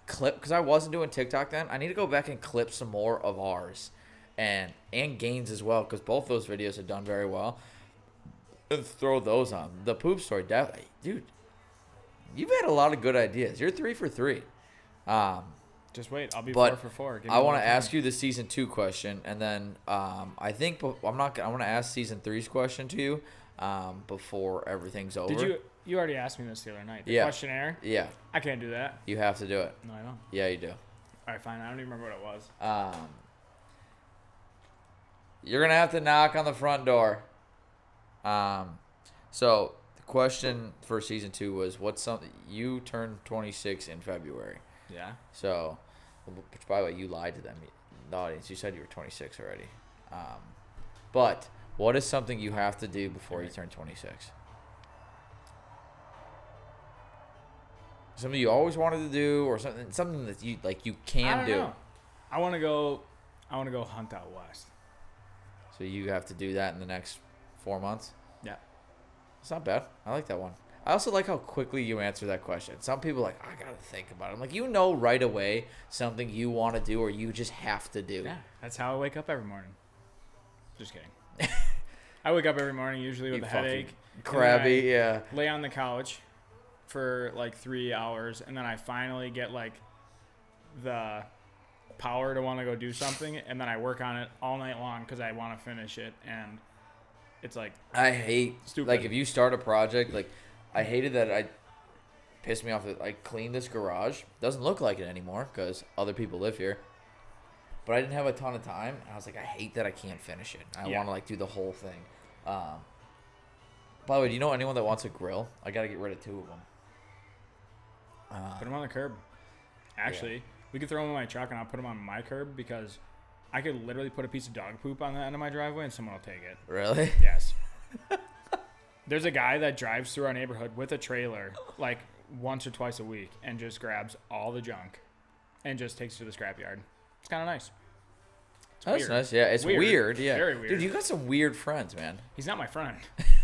S2: clip because I wasn't doing TikTok then. I need to go back and clip some more of ours and and Gaines as well because both those videos have done very well. And throw those on. The poop story, definitely. Dude, you've had a lot of good ideas. You're three for three. Um,
S1: Just wait, I'll be
S2: But
S1: four for four. Give me
S2: I want
S1: more
S2: to
S1: time.
S2: ask you the season two question, and then um, I think bef- I'm not. gonna- I want to ask season three's question to you um, before everything's over.
S1: Did you? You already asked me this the other night. The
S2: Yeah.
S1: questionnaire.
S2: Yeah,
S1: I can't do that.
S2: you have to do it.
S1: No, I don't.
S2: Yeah, you do.
S1: All right, fine. I don't even remember what it was.
S2: Um, you're gonna have to knock on the front door. Um, so the question for season two was, "What's something you turned 26 in February?"
S1: Yeah.
S2: So, which by the way, you lied to them, the audience. You said you were 26 already. Um, but what is something you have to do before you turn 26? Something you always wanted to do, or something something that you like you
S1: I
S2: can
S1: don't
S2: do.
S1: know. I want to go. I want to go hunt out west.
S2: So you have to do that in the next four months.
S1: Yeah.
S2: It's not bad. I like that one. I also like how quickly you answer that question. Some people are like, I gotta think about it. I'm like, you know right away something you want to do or you just have to do.
S1: Yeah, that's how I wake up every morning. Just kidding. I wake up every morning usually with
S2: You
S1: a
S2: fucking
S1: headache. and then
S2: crabby.
S1: I
S2: Yeah.
S1: Lay on the couch for like three hours, and then I finally get like the power to want to go do something, and then I work on it all night long because I want to finish it, and it's like
S2: I hate
S1: Stupid.
S2: like if you start a project like I hated that I pissed me off that I cleaned this garage doesn't look like it anymore because other people live here but I didn't have a ton of time and I was like I hate that I can't finish it I
S1: Yeah.
S2: want to like do the whole thing um by the way do you know anyone that wants a grill I gotta get rid of two of them
S1: put them on the curb. Actually, we could throw them in my truck, and I'll put them on my curb because I could literally put a piece of dog poop on the end of my driveway, and someone will take it.
S2: really
S1: Yes. There's a guy that drives through our neighborhood with a trailer like once or twice a week and just grabs all the junk and just takes it to the scrapyard. It's kind of nice. It's
S2: that's
S1: weird.
S2: nice yeah it's weird.
S1: Weird.
S2: yeah
S1: Very
S2: dude
S1: weird.
S2: you got some weird friends man
S1: He's not my friend.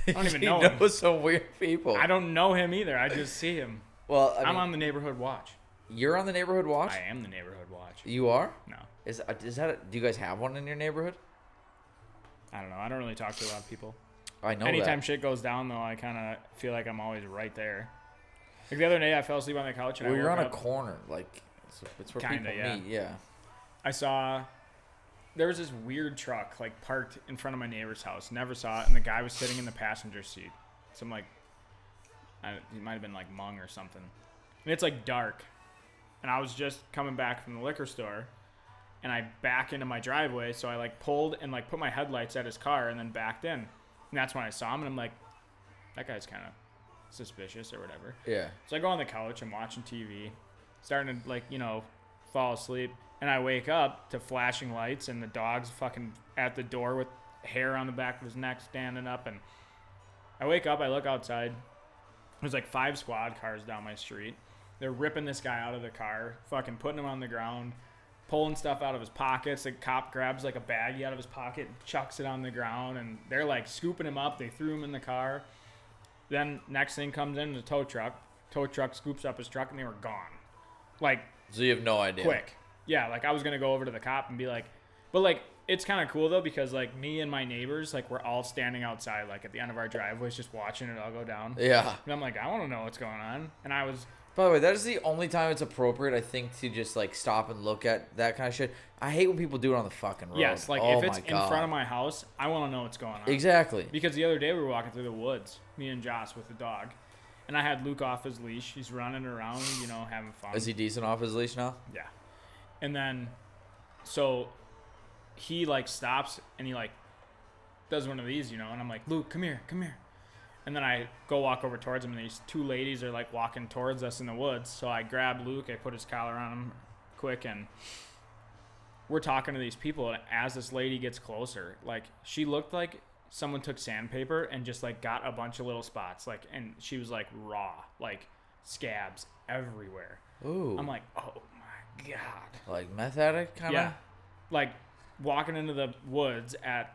S1: I don't even
S2: you
S1: know
S2: know
S1: him.
S2: some weird people
S1: I don't know him either. I just see him.
S2: well I
S1: I am
S2: mean,
S1: on the neighborhood watch.
S2: you're on the neighborhood watch
S1: I am the neighborhood watch.
S2: you are
S1: No,
S2: Is uh, is that? Do you guys have one in your neighborhood?
S1: I don't know. I don't really talk to a lot of people.
S2: I know
S1: Anytime shit goes down, though, I kind of feel like I'm always right there. Like the other day, I fell asleep on the couch
S2: that.
S1: and
S2: Well,
S1: I
S2: you're
S1: woke
S2: on a
S1: up-
S2: corner, like it's, it's where
S1: Kinda,
S2: people
S1: yeah.
S2: meet. Yeah.
S1: I saw there was this weird truck like parked in front of my neighbor's house. Never saw it, and the guy was sitting in the passenger seat. Some like, I, it might have been like Hmong or something. And it's like dark, and I was just coming back from the liquor store, and I back into my driveway. So I like pulled and like put my headlights at his car, and then backed in. And that's when I saw him, and I'm like, that guy's kind of suspicious or whatever.
S2: Yeah.
S1: So I go on the couch, I'm watching TV, starting to like, you know, fall asleep, and I wake up to flashing lights and the dog's fucking at the door with hair on the back of his neck standing up and I wake up, I look outside. There's like five squad cars down my street. They're ripping this guy out of the car, fucking putting him on the ground, pulling stuff out of his pockets. The cop grabs like a baggie out of his pocket and chucks it on the ground and they're like scooping him up. They threw him in the car. Then next thing comes in the tow truck. Tow truck scoops up his truck and they were gone. Like
S2: So you have no idea.
S1: quick. Yeah, like I was gonna go over to the cop and be like, but like it's kind of cool though because like me and my neighbors like we're all standing outside like at the end of our driveways just watching it all go down.
S2: Yeah.
S1: And I'm like, I want to know what's going on. And I was,
S2: By the way, that is the only time it's appropriate, I think, to just like stop and look at that kind of shit. I hate when people do it on the fucking road.
S1: yes, like
S2: oh
S1: if it's
S2: my
S1: in
S2: God.
S1: front of my house, I want to know what's going on.
S2: Exactly.
S1: Because the other day we were walking through the woods, me and Joss with the dog, and I had Luke off his leash. He's running around, you know, having fun.
S2: Is he decent off his leash now?
S1: Yeah. And then so he like stops and he like does one of these, you know, and I'm like, Luke, come here, come here. And then I go walk over towards him and these two ladies are like walking towards us in the woods. So I grab Luke, I put his collar on him quick and we're talking to these people and as this lady gets closer, like she looked like someone took sandpaper and just like got a bunch of little spots, like and she was like raw, like scabs everywhere.
S2: Ooh.
S1: I'm like, oh my god.
S2: like meth addict kind of.
S1: Yeah. Like walking into the woods at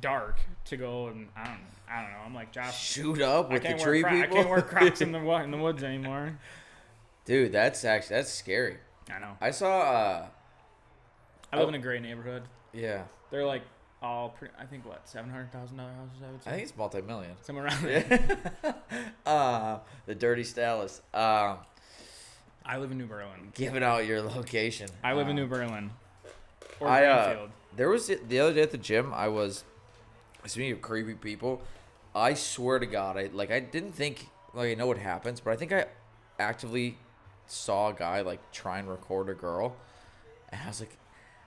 S1: dark to go and I don't I don't know. I'm like Josh.
S2: Shoot up
S1: I
S2: with the
S1: can't, wear
S2: tree
S1: cro- I
S2: people.
S1: can't wear Crocs in the wo- in the woods anymore.
S2: Dude, that's actually that's scary.
S1: I know.
S2: I saw. uh
S1: I
S2: Oh.
S1: live in a great neighborhood.
S2: Yeah.
S1: They're like all pretty, I think what seven hundred thousand dollar houses. I would say
S2: I think it's multi-million.
S1: somewhere around there.
S2: uh, the dirty stylist. Um,
S1: I live in New Berlin.
S2: giving out your location.
S1: I live in
S2: Um,
S1: New Berlin. Or
S2: I, uh,
S1: Greenfield.
S2: There was the other day at the gym. I was speaking of creepy people. I swear to God, I like I didn't think like I know what happens, but I think I actively saw a guy like try and record a girl, and I was like,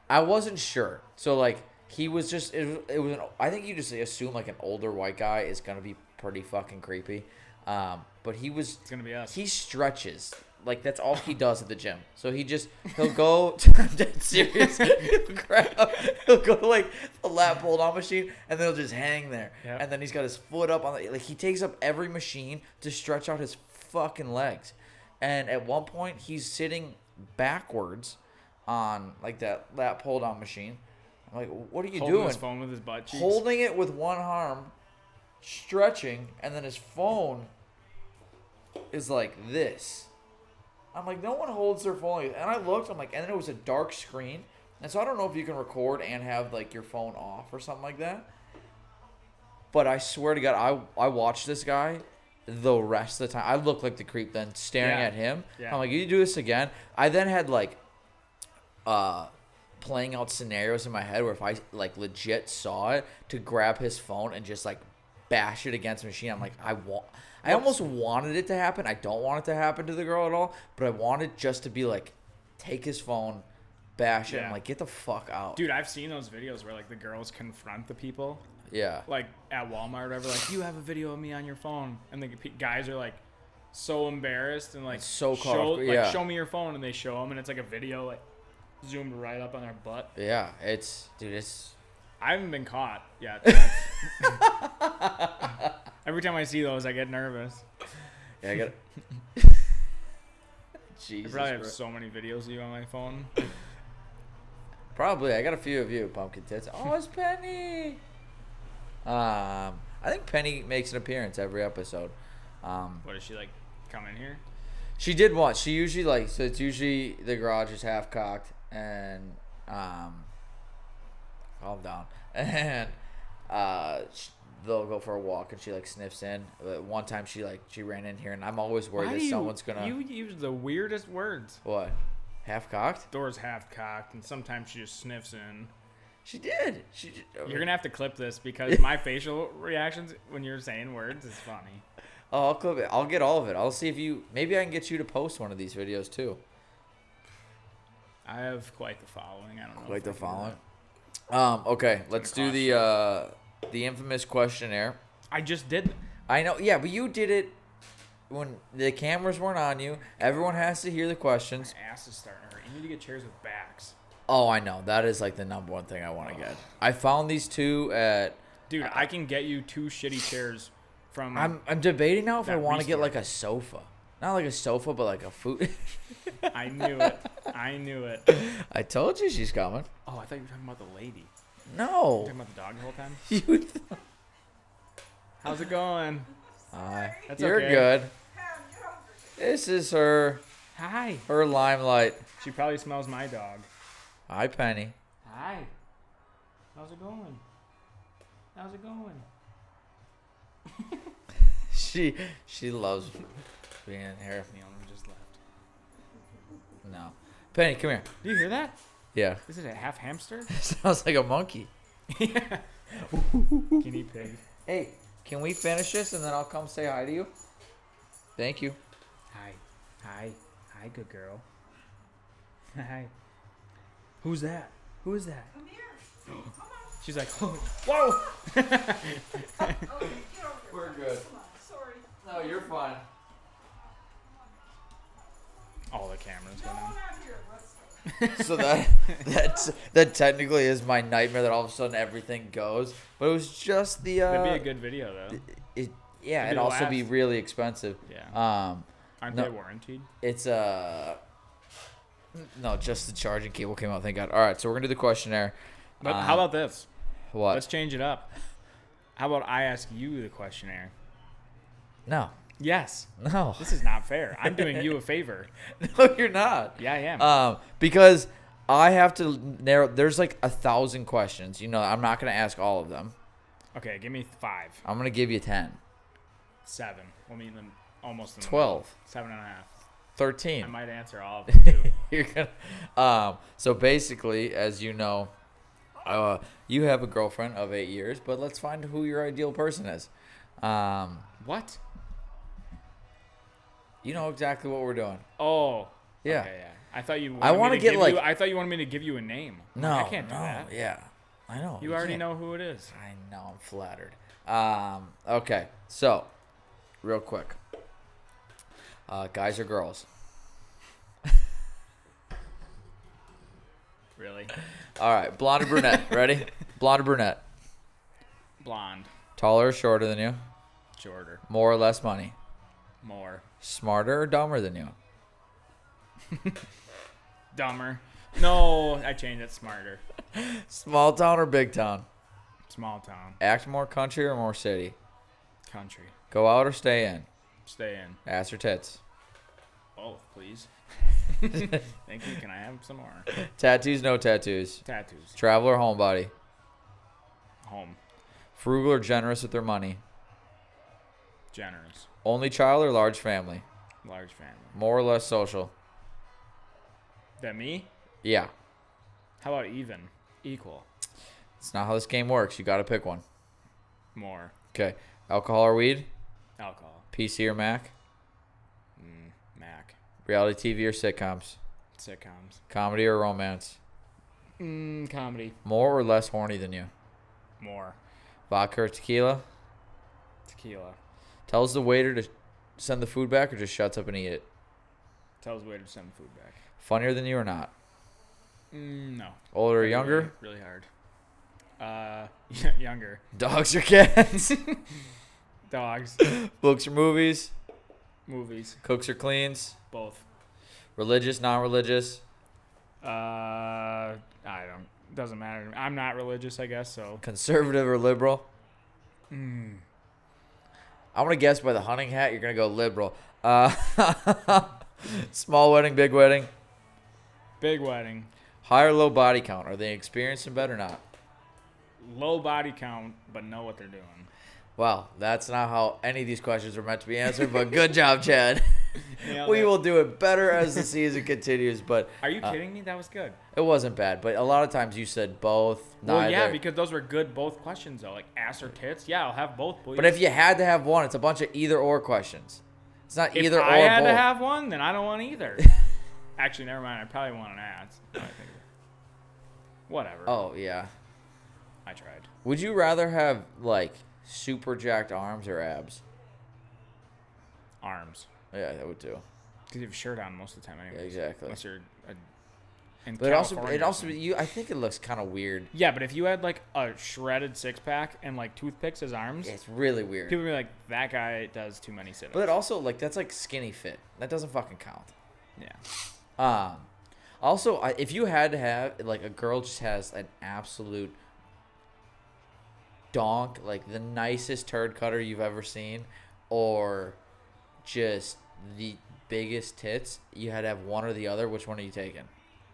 S2: I wasn't sure. So like he was just it, was- it was an, I think you just assume like an older white guy is gonna be pretty fucking creepy, um, but he was
S1: It's gonna be us.
S2: he stretches. Like that's all he does at the gym. So he just he'll go. I'm dead serious. he'll, grab, he'll go to like the lap hold-on machine, and then he'll just hang there.
S1: Yeah.
S2: And then he's got his foot up on the, like he takes up every machine to stretch out his fucking legs. And at one point, he's sitting backwards on like that lap hold-on machine. I'm like, what are you
S1: Holding
S2: doing?
S1: his phone with his butt cheeks.
S2: holding it with one arm, stretching, and then his phone is like this. I'm like, no one holds their phone. like- And I looked, I'm like, and then it was a dark screen, And so I don't know if you can record and have like your phone off or something like that. But I swear to God, I I watched this guy the rest of the time. I looked like the creep then staring
S1: Yeah.
S2: at him.
S1: Yeah.
S2: I'm like, you do this again. I then had like uh playing out scenarios in my head where if I like legit saw it to grab his phone and just like bash it against the machine. I'm like, I want I almost wanted it to happen. I don't want it to happen to the girl at all, but I wanted just to be like, take his phone, bash it,
S1: Yeah.
S2: and like get the fuck out.
S1: Dude, I've seen those videos where like the girls confront the people,
S2: Yeah.
S1: like at Walmart or whatever, like you have a video of me on your phone, and the pe- guys are like so embarrassed and like
S2: So caught
S1: show,
S2: off-
S1: like
S2: yeah.
S1: show me your phone, and they show them, and it's like a video like zoomed right up on their butt.
S2: Yeah. It's dude, it's
S1: I haven't been caught yet. so- Every time I see those, I get nervous.
S2: yeah, I got Jesus.
S1: I probably have
S2: bro.
S1: so many videos of you on my phone.
S2: Probably. I got a few of you, pumpkin tits. Oh, it's Penny. Um, I think Penny makes an appearance every episode. Um,
S1: What is she like? Come in here.
S2: she did once. She usually like so. It's usually the garage is half cocked and um, calm down. And uh, sh they'll go for a walk and she like sniffs in. But one time she like she ran in here and I'm always worried
S1: Why
S2: that
S1: do you-
S2: someone's gonna
S1: You use the weirdest words.
S2: what half cocked.
S1: Door's half cocked, and sometimes she just sniffs in.
S2: She did. She. Did.
S1: You're gonna have to clip this because my facial reactions when you're saying words is funny.
S2: Oh, I'll clip it. I'll get all of it. I'll see if you. Maybe I can get you to post one of these videos too.
S1: I have quite the following. I don't know.
S2: Like
S1: if
S2: the
S1: I can do
S2: following.
S1: that.
S2: Um. Okay. Let's do
S1: cost
S2: the uh the infamous questionnaire.
S1: I just did.
S2: I know. Yeah, but you did it when the cameras weren't on you. Everyone has to hear the questions.
S1: My ass is starting to hurt. You need to get chairs with backs.
S2: Oh, I know. That is like the number one thing I want to get. I found these two at.
S1: Dude, I can get you two shitty chairs from.
S2: I'm I'm debating now if I
S1: That
S2: want to get
S1: restore.
S2: like a sofa. Not like a sofa, but like a food.
S1: I knew it. I knew it.
S2: I told you she's coming.
S1: Oh, I thought you were talking about the lady.
S2: No.
S1: Talking about the dog the whole time.
S2: You.
S1: How's it going?
S2: Hi.
S1: That's
S2: You're
S1: okay.
S2: good. This is her
S1: Hi.
S2: her limelight.
S1: She probably smells my dog.
S2: Hi, Penny.
S1: Hi. How's it going? How's it going?
S2: She she loves being here.
S1: The owner just left.
S2: No, Penny, come here.
S1: Do you hear that?
S2: Yeah,
S1: Is it a half hamster?
S2: sounds like a monkey.
S1: Guinea pig.
S2: Hey, can we finish this and then I'll come say hi to you? Thank you.
S1: Hi. Hi. Hi, good girl. Hi. Who's that? Who is that?
S4: Come here. Come on.
S1: She's like, whoa. whoa!
S4: Oh, get over here.
S2: We're good.
S4: Come on. Sorry.
S2: No, you're fine.
S1: All the cameras
S4: No
S1: went
S4: one
S1: on.
S4: out here. Let's go.
S2: So that that's that technically is my nightmare that all of a sudden everything goes, but it was just the. Uh,
S1: That'd be a good video, though.
S2: It, yeah, it'd
S1: It'd be the
S2: also be
S1: last.
S2: really expensive.
S1: Yeah.
S2: Um,
S1: Aren't
S2: no.
S1: they warranted?
S2: It's uh no, just the charging cable came out. Thank God. All right, so we're gonna do the questionnaire.
S1: But
S2: Uh,
S1: how about this?
S2: what?
S1: Let's change it up. How about I ask you the questionnaire?
S2: no,
S1: Yes.
S2: no,
S1: This is not fair. I'm doing you a favor.
S2: no, you're not.
S1: Yeah, I am.
S2: Um, because I have to narrow. There's like a thousand questions. You know, I'm not gonna ask all of them.
S1: okay, give me five,
S2: I'm gonna give you 10,
S1: seven. We'll meet them almost in the middle.
S2: 12,
S1: Seven and a half. I
S2: 13.
S1: might answer all of them too.
S2: You're gonna. Um, so basically, as you know, uh, you have a girlfriend of eight years, but let's find who your ideal person is. Um,
S1: what?
S2: you know exactly what we're doing.
S1: Oh.
S2: Yeah.
S1: Okay, yeah. I thought you. Wanted
S2: I
S1: me
S2: wanna
S1: to
S2: get,
S1: give
S2: like-
S1: You, I thought you wanted me to give you a name. I'm
S2: No,
S1: like, I can't do
S2: no,
S1: that.
S2: Yeah, I know.
S1: You already
S2: can't.
S1: know who it is.
S2: I know. I'm flattered. Um. Okay. So, real quick. Uh, guys or girls?
S1: Really?
S2: All right. Blonde or brunette? Ready? Blonde or brunette?
S1: Blonde,
S2: Taller or shorter than you?
S1: shorter,
S2: More or less money?
S1: more
S2: Smarter or dumber than you?
S1: dumber. No, I changed it. Smarter.
S2: Small town or big town?
S1: Small town,
S2: Act more country or more city?
S1: country.
S2: Go out or stay in?
S1: Stay in.
S2: Ass or tits?
S1: both, please. Thank you. Can I have some more
S2: Tattoos, no tattoos.
S1: tattoos?
S2: Travel or homebody.
S1: Home,
S2: Frugal or generous with their money.
S1: generous,
S2: Only child or large family.
S1: large family.
S2: More or less social.
S1: That me?
S2: Yeah.
S1: How about even, equal,
S2: It's not how this game works. You got to pick one.
S1: more,
S2: Okay. Alcohol or weed?
S1: alcohol,
S2: PC or Mac?
S1: mm, Mac,
S2: Reality TV or sitcoms?
S1: sitcoms,
S2: Comedy or romance?
S1: mm, comedy,
S2: More or less horny than you?
S1: more,
S2: Vodka or tequila?
S1: tequila.
S2: Tells the waiter to send the food back or just shuts up and eat it?
S1: Tells waiter to send food back.
S2: Funnier than you or not?
S1: Mm, no.
S2: Older or
S1: Really-
S2: younger?
S1: Really, hard. Uh, younger.
S2: Dogs or cats?
S1: Dogs,
S2: Books or movies?
S1: movies,
S2: Cooks or cleans?
S1: both.
S2: Religious, non religious?
S1: Uh, I don't. Doesn't matter. to me. I'm not religious, I guess. So
S2: Conservative or liberal?
S1: Hmm.
S2: I'm gonna guess by the hunting hat you're gonna go liberal. Uh, small wedding, big wedding,
S1: big wedding,
S2: high or low body count. Are they experiencing bed or not?
S1: low body count, but know what they're doing.
S2: Well, that's not how any of these questions were meant to be answered. But good job, Chad.
S1: Nailed
S2: we
S1: it.
S2: will do it better as the season continues. But
S1: Are you
S2: uh,
S1: kidding me? That was good.
S2: it wasn't bad. But a lot of times you said both. Neither.
S1: Well, yeah, because those were good both questions though, like ass or tits. Yeah, I'll have both. Please.
S2: but if you had to have one, it's a bunch of either or questions. It's not
S1: If
S2: either or
S1: I had
S2: both.
S1: to have one, then I don't want either. Actually, never mind. I probably want an ass. now that I think of it. Whatever.
S2: oh yeah.
S1: I tried.
S2: Would you rather have like super jacked arms or abs?
S1: Arms,
S2: Yeah, that would do.
S1: because you have a shirt on most of the time anyway.
S2: exactly.
S1: Unless you're. A, in
S2: But it also,
S1: California
S2: it
S1: or
S2: also,
S1: something.
S2: you. I think it looks kind of weird.
S1: Yeah, but if you had like a shredded six pack and like toothpicks as arms,
S2: It's really weird.
S1: people would be like, "That guy does too many sit-ups."
S2: But it also, like, that's like skinny fit. That doesn't fucking count.
S1: yeah,
S2: Um, also, I, if you had to have like a girl just has an absolute donk, like the nicest turd cutter you've ever seen, or just the biggest tits, you had to have one or the other. Which one are you taking?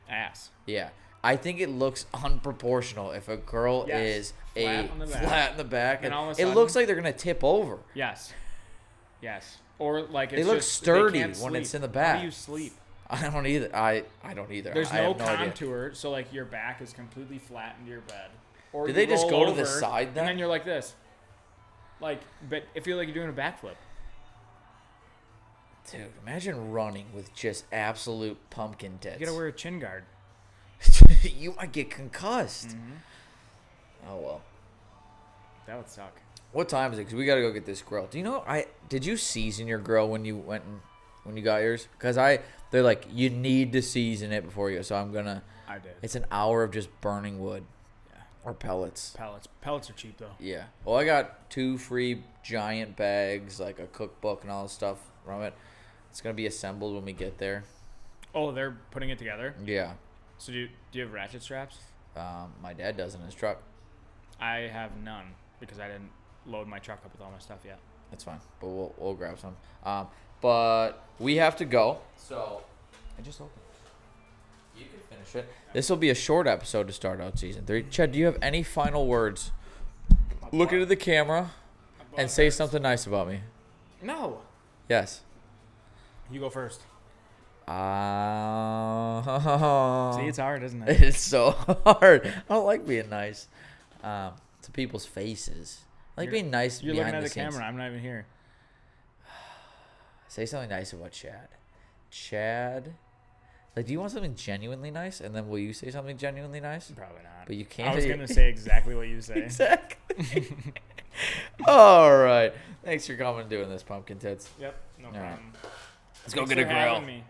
S1: ass.
S2: Yeah. I think it looks unproportional if a girl
S1: Yes.
S2: is a
S1: Flat on the back.
S2: flat in the back,
S1: And
S2: and,
S1: all of a
S2: it looks
S1: sudden-
S2: like they're gonna tip over.
S1: Yes, yes. Or like it's
S2: They look
S1: just-
S2: sturdy
S1: can't
S2: when it's
S1: sleep.
S2: in the
S1: How
S2: back.
S1: do you sleep?
S2: I don't either. I I don't either.
S1: There's
S2: I
S1: no
S2: have no idea.
S1: contour, so like your back is completely flat into your bed. Or
S2: Do
S1: you
S2: they just go
S1: roll
S2: to the
S1: over,
S2: side then?
S1: And then you're like this, like but I feel like you're doing a backflip.
S2: Dude, imagine running with just absolute pumpkin tits.
S1: You gotta wear a chin guard.
S2: You might get concussed.
S1: Mm-hmm.
S2: Oh well.
S1: That would suck.
S2: What time is it? Cause we gotta go get this grill. Do you know? I did you season your grill when you went and when you got yours? Cause I they're like you need to season it before you. So I'm gonna.
S1: I did.
S2: It's an hour of just burning wood
S1: yeah.
S2: or pellets.
S1: Pellets. Pellets are cheap though.
S2: Yeah. Well, I got two free giant bags, like a cookbook and all this stuff from it. It's gonna be assembled when we get there.
S1: Oh, they're putting it together.
S2: Yeah.
S1: So do you, do you have ratchet straps?
S2: Um, my dad does in his truck.
S1: I have none because I didn't load my truck up with all my stuff yet.
S2: That's fine. But we'll we'll grab some. Um, but we have to go. So I just opened. You can finish it. This will be a short episode to start out season three. Chad, do you have any final words? Look into the camera and say something nice about me.
S1: No.
S2: Yes.
S1: You go first.
S2: Uh,
S1: See, it's hard, isn't it?
S2: It's so hard. I don't like being nice um, to people's faces. I like
S1: You're-
S2: being nice
S1: You're
S2: behind
S1: looking
S2: the,
S1: at the
S2: scenes.
S1: camera. I'm not even here.
S2: Say something nice about Chad. Chad, like, do you want something genuinely nice? And then will you say something genuinely nice?
S1: Probably not.
S2: But you
S1: I
S2: can't.
S1: was gonna say exactly what you say.
S2: exactly. All right. Thanks for coming and doing this, pumpkin tits.
S1: Yep. No
S2: right.
S1: problem.
S2: Let's
S1: Thanks for having me.